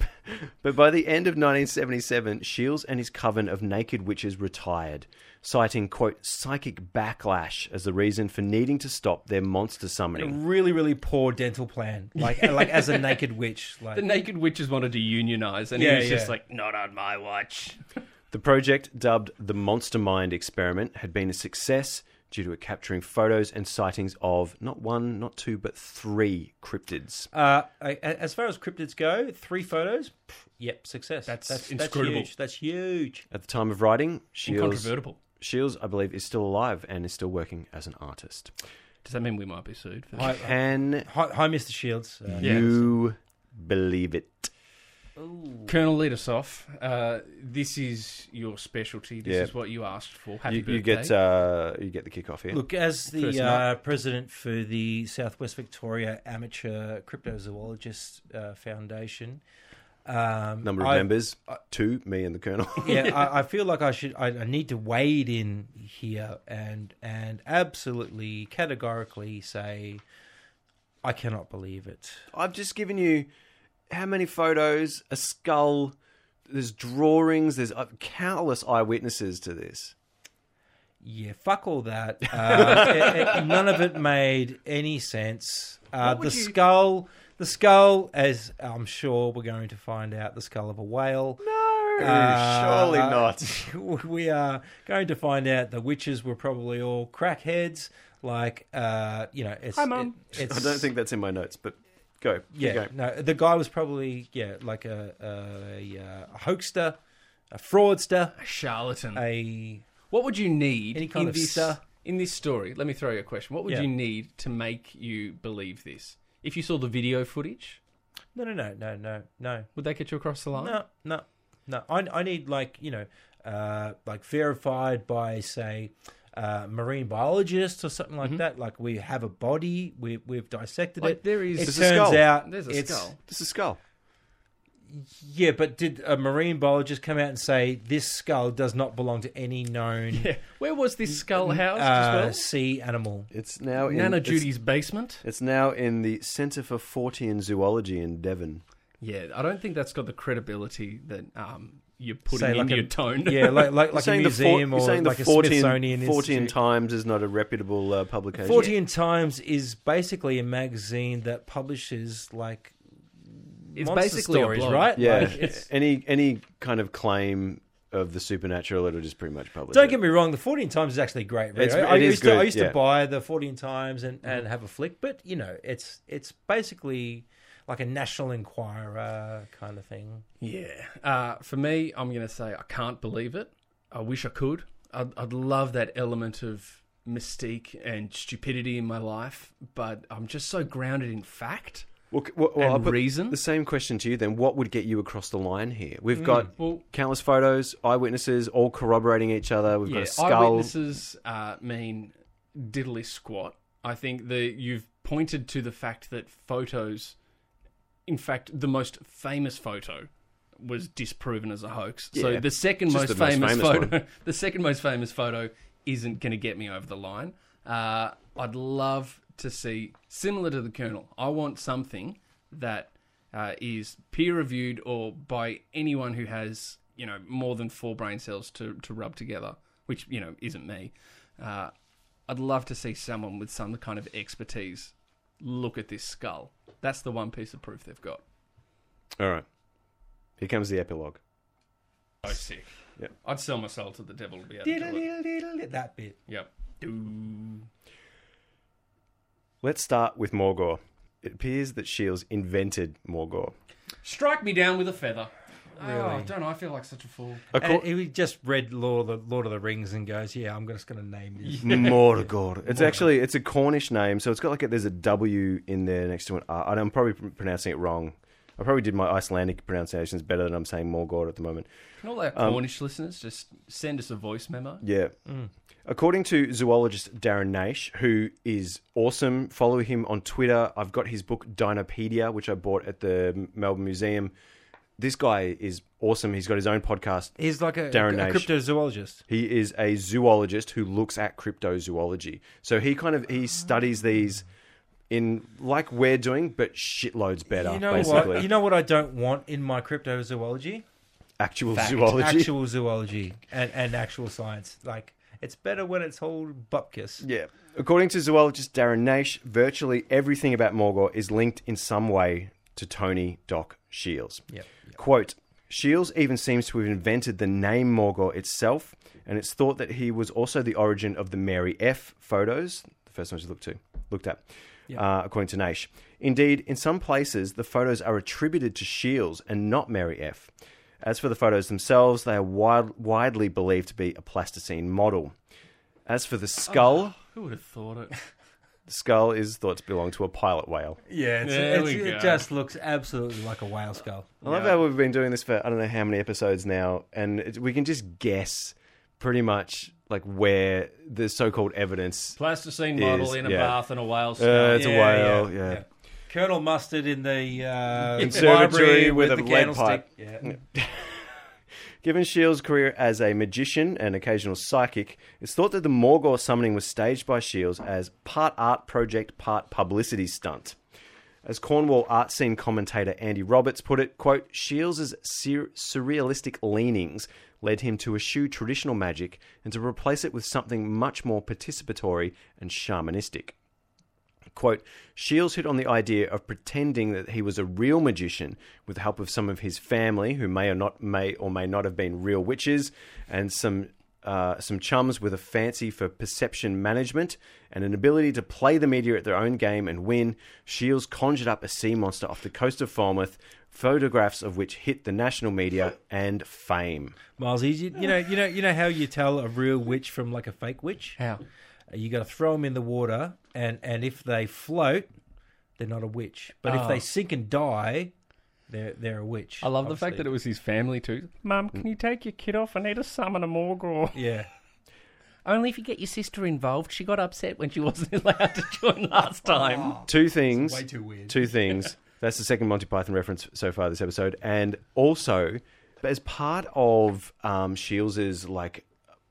but by the end of 1977, Shields and his coven of naked witches retired, citing, quote, psychic backlash as the reason for needing to stop their monster
A
summoning.
really, really poor dental plan. Like, like as a naked witch. Like,
The naked witches wanted to unionize, and
Yeah,
he was just
yeah.
like, "Not on my watch."
The project, dubbed the Monster Mind Experiment, had been a success due to it capturing photos and sightings of not one, not two, but three cryptids.
Uh, I- a- as far as cryptids go, three photos. pff, Yep, success.
That's inscrutable.
That's huge. That's huge.
At the time of writing, Shields,
Incontrovertible.
Shields, I believe, is still alive and is still working as an artist.
Does that mean we might be sued? For
Hi,
Can
hi, hi, Mr. Shields. Uh,
Yeah.
you believe it?
Colonel, lead us off. Uh, this is your specialty. This
Yeah.
is what you asked for. Happy
You,
birthday.
you get uh, you get the kickoff here.
Look, as
First
the
nut.
uh, president for the Southwest Victoria Amateur Cryptozoologist uh, Foundation, um,
Number of
I-
members, two, me and the colonel.
yeah, I, I feel like I should. I, I need to wade in here and and absolutely categorically say, I cannot believe it.
I've just given you how many photos, a skull, there's drawings, there's uh, countless eyewitnesses to this.
Yeah, fuck all that. Uh, it- it- none of it made any sense. Uh, the skull, the skull, as I'm sure we're going to find out, the skull of a whale.
No,
Uh,
surely
uh,
not.
we are going to find out the witches were probably all crackheads. Like, uh, you know, it's.
Hi, Mum.
it- it's
I don't think that's in my notes, but go. You
Yeah,
go.
no, the guy was probably yeah, like a a, a, a hoaxster, a fraudster,
charlatan.
a
What would you need
Any kind
in
of
this
star.
in this story? Let me throw you a question. What would
Yeah.
you need to make you believe this? If you saw the video footage,
no, no, no, no, no, no,
would that get you across the line?
no, no, no. I I need like you know, uh, like verified by say. Uh, marine biologists or something
Mm-hmm.
like that. Like we have a body, we, we've dissected
Like
it.
there is
It
There's
turns
a skull.
out
there's a
it's-
skull.
This is skull.
Yeah, but did a marine biologist come out and say this skull does not belong to any known
Yeah. Where was this skull housed
uh, oh,
as
sea animal?
It's now
well?
in
Nana
it's-
Judy's basement.
It's now in the Centre for Fortean Zoology in Devon.
Yeah, I don't think that's got the credibility that um, you're putting
Say,
in
like a-
your tone.
Yeah, like like,
You're
like a
saying the for-
museum
you're
or
saying
like
the
a
14
Smithsonian
14
Institute.
Times is not a reputable uh, publication.
14 Times is basically a magazine that publishes like
it's
monster
basically
stories,
a blog.
right?
Yeah,
Like, it's-
any any kind of claim of the supernatural, it'll just pretty much publish.
don't
it.
get me wrong, the 14 Times is actually great. Right?
It's-
I, I
it is
used to, I
good,
used
yeah.
to buy the 14 Times and, and have a flick, but you know, it's it's basically like a National Enquirer kind of thing.
Yeah. Uh, for me, I'm going to say I can't believe it. I wish I could. I'd, I'd love that element of mystique and stupidity in my life, but I'm just so grounded in fact.
Well, c- well, well,
And
I'll put
reason?
The same question to you then. What would get you across the line here?
Mm,
We've got
Well,
countless photos, eyewitnesses, all corroborating each other. We've got
yeah,
a skull.
eyewitnesses uh, mean diddly squat. I think that you've pointed to the fact that photos, in fact, the most famous photo was disproven as a hoax. so
Yeah,
the second
just
most,
the most
famous,
famous
photo, the second most famous photo, isn't going to get me over the line. Uh, I'd love to see similar to the Colonel. I want something that uh, is peer reviewed or by anyone who has you know more than four brain cells to to rub together, which you know isn't me. Uh, I'd love to see someone with some kind of expertise look at this skull. That's the one piece of proof they've got.
All right. Here comes the epilogue.
Oh, sick.
Yeah.
I'd sell my soul to the devil to be able to do it.
That bit.
Yep.
Let's start with Morgor. It appears that Shields invented Morgor.
Strike me down with a feather. Oh,
Really?
don't I feel like such a fool?
And
Acco-
he just read Lord of, the, Lord of the Rings and goes, "Yeah, I'm just going to name this."
Morgor. It's actually it's a Cornish name, so it's got like a, there's a W in there next to an R. And I'm probably pr- pronouncing it wrong. I probably did my Icelandic pronunciations better than I'm saying Morgor at the moment.
Can all our Cornish listeners just send us a voice memo?
Yeah. According to zoologist Darren Nash, who is awesome, follow him on Twitter. I've got his book Dinopedia, which I bought at the Melbourne Museum. This guy is awesome. He's got his own podcast.
He's like a, a
Darren Nash.
cryptozoologist.
He is a zoologist who looks at cryptozoology. So he kind of he studies these in like we're doing, but shitloads better.
You know
basically,
what? You know what I don't want in my cryptozoology?
actual zoology.
Actual zoology and, and actual science. Like it's better when it's all bupkis.
Yeah. According to zoologist Darren Nash, virtually everything about Morgor is linked in some way to Tony Doc Shields.
Yep.
Quote Shields even seems to have invented the name Morgor itself, and it's thought that he was also the origin of the Mary F photos, the first ones you looked to looked at, uh, according to Naish. Indeed, in some places the photos are attributed to Shields and not Mary F. As for the photos themselves, they are wide, widely believed to be a plasticine model. As for the skull,
Who would have thought it?
the skull is thought to belong to a pilot whale.
Yeah, it's,
There
it's-
we go.
it just looks absolutely like a whale skull.
I love how we've been doing this for I don't know how many episodes now, and it, we can just guess pretty much like where the so-called evidence.
Plasticine
Is,
model in a
yeah.
bath and a whale
Uh,
skull.
it's
Yeah,
a whale,
yeah,
yeah.
Colonel Mustard in the uh,
Conservatory
library
with
with,
a
the
lead
candlestick.
pipe.
Yeah.
Given Shields' career as a magician and occasional psychic, it's thought that the Morgor summoning was staged by Shields as part art project, part publicity stunt. As Cornwall art scene commentator Andy Roberts put it, quote, Shields' sur- surrealistic leanings led him to eschew traditional magic and to replace it with something much more participatory and shamanistic. Quote, Shields hit on the idea of pretending that he was a real magician with the help of some of his family, who may or not may or may not have been real witches, and some uh, some chums with a fancy for perception management and an ability to play the media at their own game and win. Shields conjured up a sea monster off the coast of Falmouth, photographs of which hit the national media and fame.
Miles, you, you know, you know, you know how you tell a real witch from like a fake witch.
How?
You got to throw them in the water, and and if they float, they're not a witch. But if
Oh.
they sink and die, they're they're a witch.
I love the fact that it was his family too. Mum, can you take your kid off? I need to summon a Morgor.
Yeah,
Only if you get your sister involved. She got upset when she wasn't allowed to join last time.
Two things.
Way too weird.
two things. That's the second Monty Python reference so far this episode, and also as part of um, Shields's like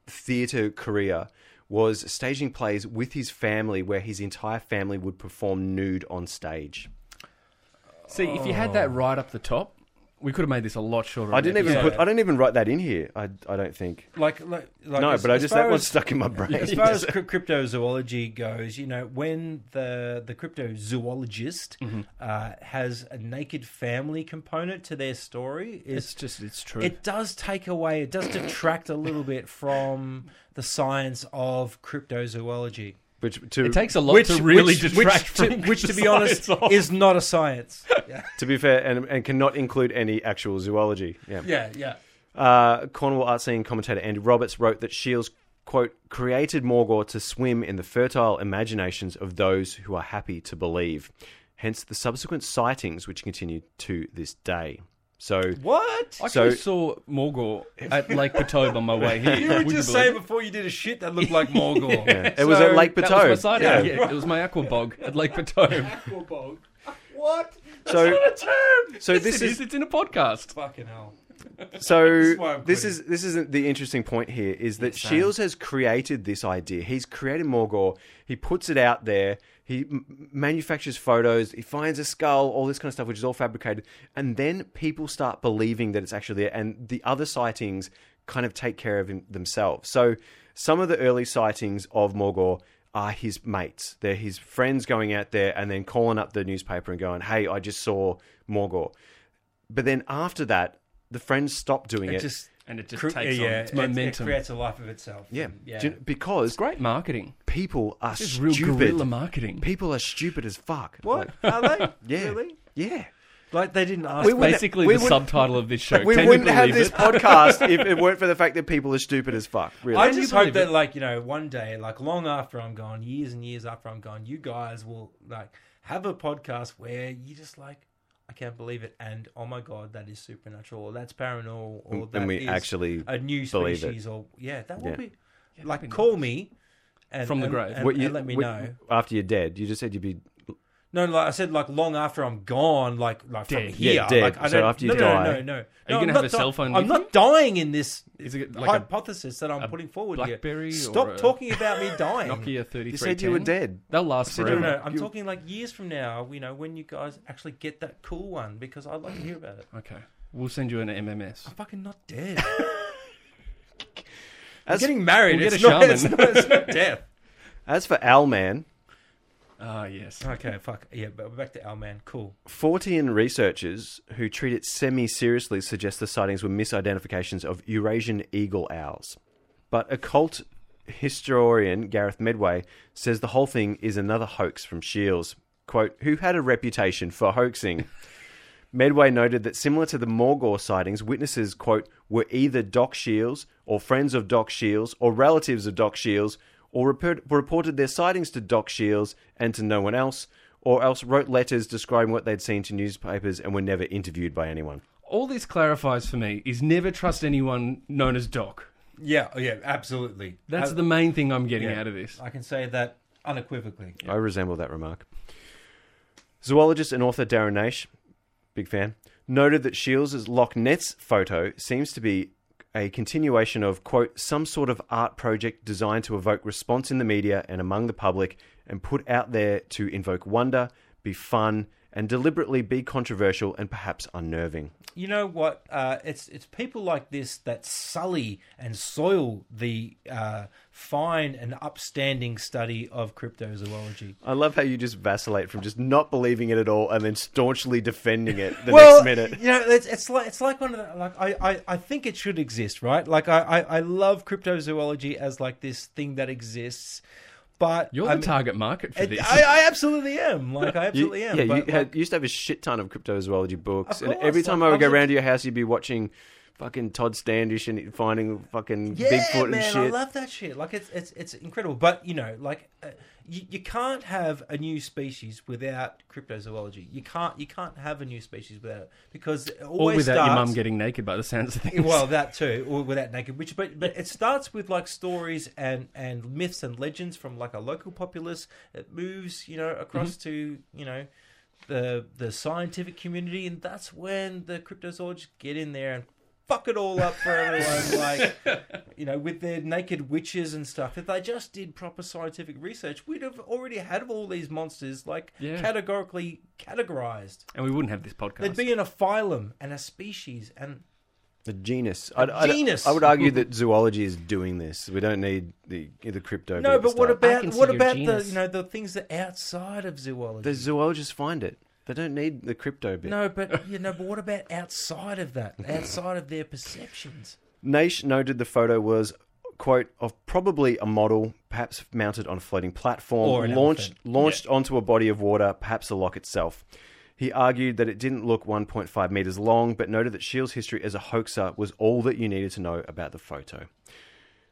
theatre career was staging plays with his family, where his entire family would perform nude on stage.
See, if you had that right up the top, we could have made this a lot shorter.
I didn't even
episode.
put. I didn't even write that in here. I, I don't think.
like like, like
no,
as-
but I
as
just
far
that
as-
one's stuck in my brain.
As far as cryp- cryptozoology goes, you know, when the the cryptozoologist
Mm-hmm.
uh, has a naked family component to their story,
It's
is
just, it's true.
it does take away, it does detract a little bit from the science of cryptozoology.
which to
It takes a lot to really detract
which,
from
to, which, to be honest,
is
is not a science.
to be fair, and, and cannot include any actual zoology. Yeah.
Yeah, yeah.
Uh, Cornwall art scene commentator Andy Roberts wrote that Shields, quote, created Morgor to swim in the fertile imaginations of those who are happy to believe. Hence the subsequent sightings, which continue to this day. So,
What?
I
So-
actually saw Morgor at Lake Patobe on my way here.
You were
Would
just
believe
saying before you did a shit that looked like Morgor.
yeah, it was at Lake
That was my
Bateau.
side yeah. It was my aqua bog at Lake Bateau.
What? That's
So-
not a term.
So this
it is.
is
It's in a podcast.
Fucking hell.
so
why I'm
this
quitting.
is this is the interesting point here is that Shields has created this idea. He's created Morgor. He puts it out there. He m- manufactures photos. He finds a skull, all this kind of stuff, which is all fabricated, and then people start believing that it's actually there. And the other sightings kind of take care of him themselves. So some of the early sightings of Morgor are his mates. They're his friends going out there and then calling up the newspaper and going, "Hey, I just saw Morgor." But then after that, the friends stop doing it.
It just
And it just
cre-
takes on its
it-
momentum.
It, creates a life of itself.
Yeah,
yeah.
Do you- because
Great marketing.
people are
It's real guerrilla
stupid.
marketing.
People are stupid as fuck.
What are they?
Yeah,
Really?
yeah.
Like they didn't ask.
We wouldn't-
Basically,
we
the
wouldn't-
subtitle of this show.
We
Can you
wouldn't have
believe
this
it?
podcast if it weren't for the fact that people are stupid as fuck. Really,
I
Can you
just hope
believe
that,
it?
like you know, one day, like long after I'm gone, years and years after I'm gone, you guys will like have a podcast where you just like, I can't believe it, and oh my god, that is supernatural, or that's paranormal, or
And
that
we
is
actually
a new
believe it.
species, or yeah, that will
Yeah.
be like call me. And,
From the
and-
grave.
and,
What you-
and let me
what-
know.
after you're dead. You just said you'd be
No, like I said, like long after I'm gone, like like from
Dead.
here.
Yeah, dead.
Like, I
So
don't-
after
no,
you
no,
die-
no, no, no. Are
you gonna have a cell phone
I'm
with
not dying in this
Is it like a-
hypothesis that I'm
a
putting forward
Blackberry
here.
or
Stop
a
talking about me dying.
Nokia 3310.
You said you were dead.
They'll last
No, no,
forever.
no. I'm talking like years from now. You know, when you guys actually get that cool one, because I'd like to hear about it.
Okay. We'll send you an MMS.
I'm fucking not dead.
As,
Getting married,
We'll get
it's,
a
not,
shaman.
it's not. It's not death.
as for Owlman,
Ah, yes.
Okay, fuck. Yeah, but back to our man. Cool.
Fortean researchers who treat it semi seriously suggest the sightings were misidentifications of Eurasian eagle owls. But occult historian Gareth Medway says the whole thing is another hoax from Shields, quote, who had a reputation for hoaxing. Medway noted that similar to the Morgor sightings, witnesses, quote, were either Doc Shields or friends of Doc Shields or relatives of Doc Shields or report, reported their sightings to Doc Shields and to no one else or else wrote letters describing what they'd seen to newspapers and were never interviewed by anyone.
All this clarifies for me is never trust anyone known as Doc.
Yeah, yeah, absolutely.
That's
Uh,
the main thing I'm getting
yeah.
out of
Uh,
this.
I can say that unequivocally.
I resemble that remark. Zoologist and author Darren Nash, big fan, noted that Shields' Loch Ness photo seems to be a continuation of, quote, some sort of art project designed to evoke response in the media and among the public and put out there to invoke wonder, be fun, and deliberately be controversial and perhaps unnerving.
you know what? Uh, it's it's people like this that sully and soil the uh, fine and upstanding study of cryptozoology.
I love how you just vacillate from just not believing it at all and then staunchly defending it the next minute.
you know, it's, it's like it's like one of the, like I, I I think it should exist, right? Like I, I I love cryptozoology as like this thing that exists, but
You're
I
the
mean-
target market for
I,
this.
I, I absolutely am. Like I
You-
absolutely am.
Yeah,
but,
you, had,
like-
you used to have a shit ton of cryptozoology books,
Of
and
course,
every time
like,
I would
I
go
was a-
round to your house, you'd be watching fucking Todd Standish and finding fucking
yeah,
Bigfoot
man,
and
I
shit.
love that shit. Like it's it's it's incredible. But you know, like uh, you, you can't have a new species without cryptozoology. You can't you can't have a new species without it because it
or
always
without
starts,
your mum getting naked by the sounds of things.
well, that too, or without naked witch. But but it starts with like stories and and myths and legends from like a local populace. It moves, you know, across to you know the the scientific community, and that's when the cryptozoologists get in there and fuck it all up for everyone. like you know, with their naked witches and stuff. If they just did proper scientific research, we'd have already had all these monsters like
Yeah.
categorically categorized.
and we wouldn't have this
They'd
podcast.
be an a phylum and a species and
The genus.
genus.
I would argue that zoology is doing this. We don't need the the crypto. bit
No,
at the
but what
start.
I
about
can see
what
your
about the
genus.
you know the things that are outside of zoology?
the zoologists find it? They don't need the crypto bit.
no, but you know, but what about outside of that? Outside of their perceptions?
Nash noted the photo was quote of probably a model, perhaps mounted on a floating platform,
Or an
launched
elephant.
launched onto a body of water, perhaps the lock itself. He argued that it didn't look 1.5 meters long, but noted that Shields' E history as a hoaxer was all that you needed to know about the photo.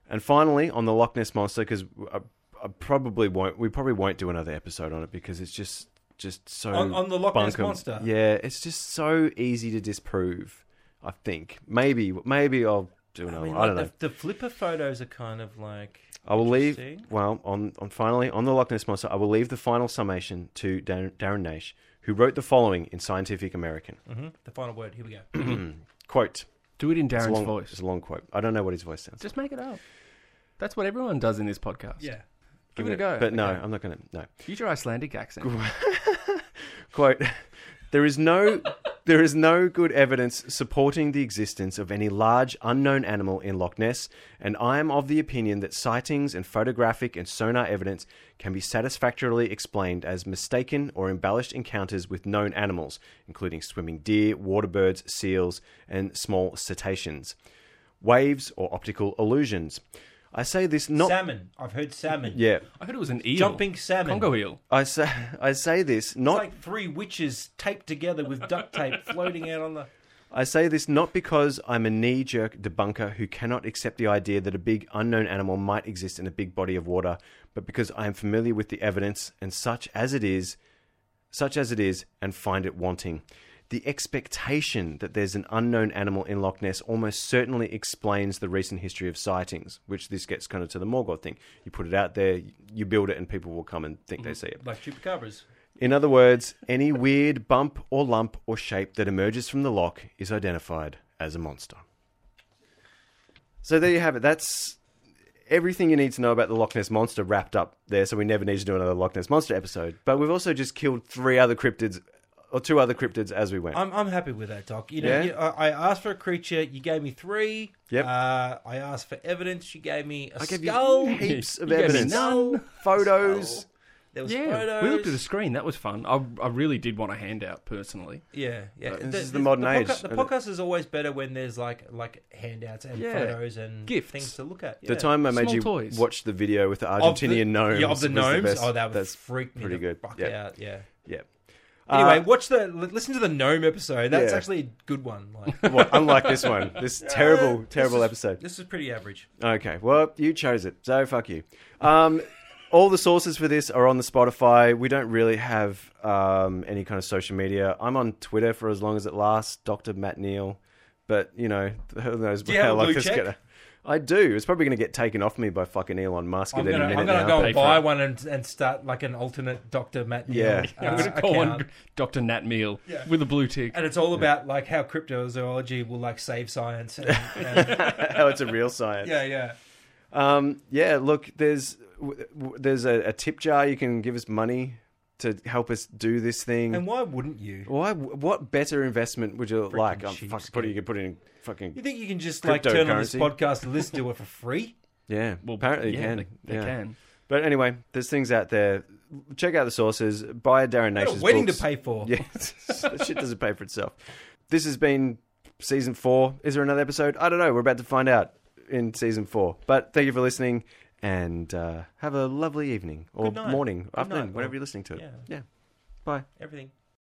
And finally, on the Loch Ness monster, because I, I uh, probably won't, we probably won't do another episode on it because it's just just so
On- on the Loch Ness
bunkum.
Monster?
Yeah, it's just so easy to disprove. I think maybe maybe I'll do
I
another.
mean,
one. I don't know.
like, the, the flipper photos are kind of like
I will leave.
Interesting.
Well, on, on finally on the Loch Ness monster, I will leave the final summation to Darren, Darren Nash, who wrote the following in Scientific American.
Mhm, the final word. Here we go.
Quote.
Do it in
It's a
Darren's
long, It's
voice.
a long quote. I don't know what his voice sounds.
Just make it up. That's what everyone does in this podcast.
yeah.
Give it a go.
But no,
Okay.
I'm not going to. No.
Use your Icelandic accent.
Quote. There is no. There is no good evidence supporting the existence of any large unknown animal in Loch Ness, and I am of the opinion that sightings and photographic and sonar evidence can be satisfactorily explained as mistaken or embellished encounters with known animals, including swimming deer, water birds, seals, and small cetaceans, waves, or optical illusions. I say this not.
salmon. I've heard salmon.
yeah.
I heard it was an eel.
Jumping salmon.
Congo eel.
I say, I say this
It's
not
like three witches taped together with duct tape floating out on the.
I say this not because I'm a knee jerk debunker who cannot accept the idea that a big unknown animal might exist in a big body of water, but because I am familiar with the evidence and such as it is, such as it is, and find it wanting. The expectation that there's an unknown animal in Loch Ness almost certainly explains the recent history of sightings, which this gets kind of to the Morgoth thing. You put it out there, you build it, and people will come and think they see it.
Like chupacabras.
In other words, any weird bump or lump or shape that emerges from the lock is identified as a monster. So there you have it. That's everything you need to know about the Loch Ness monster wrapped up there. So we never need to do another Loch Ness monster episode. But we've also just killed three other cryptids or two other cryptids as we went.
I'm, I'm happy with that, Doc. You know,
Yeah?
you- I, I asked for a creature. You gave me three.
Yep.
Uh, I asked for evidence. You gave me a
I gave
skull.
you heaps of
You gave me
evidence,
none.
photos.
There was
Yeah,
photos.
we looked at a screen. That was fun. I, I really did want a handout personally.
Yeah, yeah.
This is the modern age.
Podcast, the podcast is always better when there's like like handouts and
Yeah.
photos and
Gifts.
things to look at.
The
yeah.
time I made
Small
you
toys.
watch the video with the
Of the-
Argentinian gnomes.
yeah, of the
was
gnomes.
best.
Oh, that would
That's
freak me
pretty
the
good.
Fuck
Yeah.
out. Yeah.
Yeah.
Anyway,
Uh,
watch the li- listen to the gnome episode. That's
Yeah.
actually a good one. Like Uh,
well, unlike this one, this terrible,
This
terrible
is-
episode.
This is pretty average.
Okay, well, you chose it, so fuck you. Um, all the sources for this are on the Spotify. We don't really have um, any kind of social media. I'm on Twitter for as long as it lasts, Doctor Matt Neal. But you know, who knows
Do you have a blue
this
check?
gonna- I do. It's probably going to get taken off me by fucking Elon Musk
I'm
at
gonna,
any
I'm
minute
gonna
now.
go
Pay
and
for
buy
it.
one and, and start like an alternate Doctor Matt. Neal,
Yeah.
uh,
I'm going to call
account.
one Dr. Nat Meal with a blue tick.
And it's all about like how cryptozoology will like save science. And, and,
How it's a real science.
yeah, yeah.
Um, yeah, look, there's w- w- there's a, a tip jar you can give us money to help us do this thing.
And why wouldn't you?
Why? What better investment would you like? I'm fucking
cheapskate.
putting. You could put it in
You
fucking.
think you can just like turn on this
Cryptocurrency.
podcast and listen to it for free?
Yeah. apparently you
yeah,
can.
They, they
yeah.
can.
But anyway, there's things out there. Check out the sources. Buy
What
Darren
a
Nation's
wedding
books.
to pay for.
Yeah, that shit doesn't pay for itself. This has been season four. Is there another episode? I don't know. We're about to find out in season four. But thank you for listening, and uh, have a lovely evening or
Good night.
morning,
Good
afternoon,
night.
whenever you're listening to it.
Yeah.
yeah. Bye.
Everything.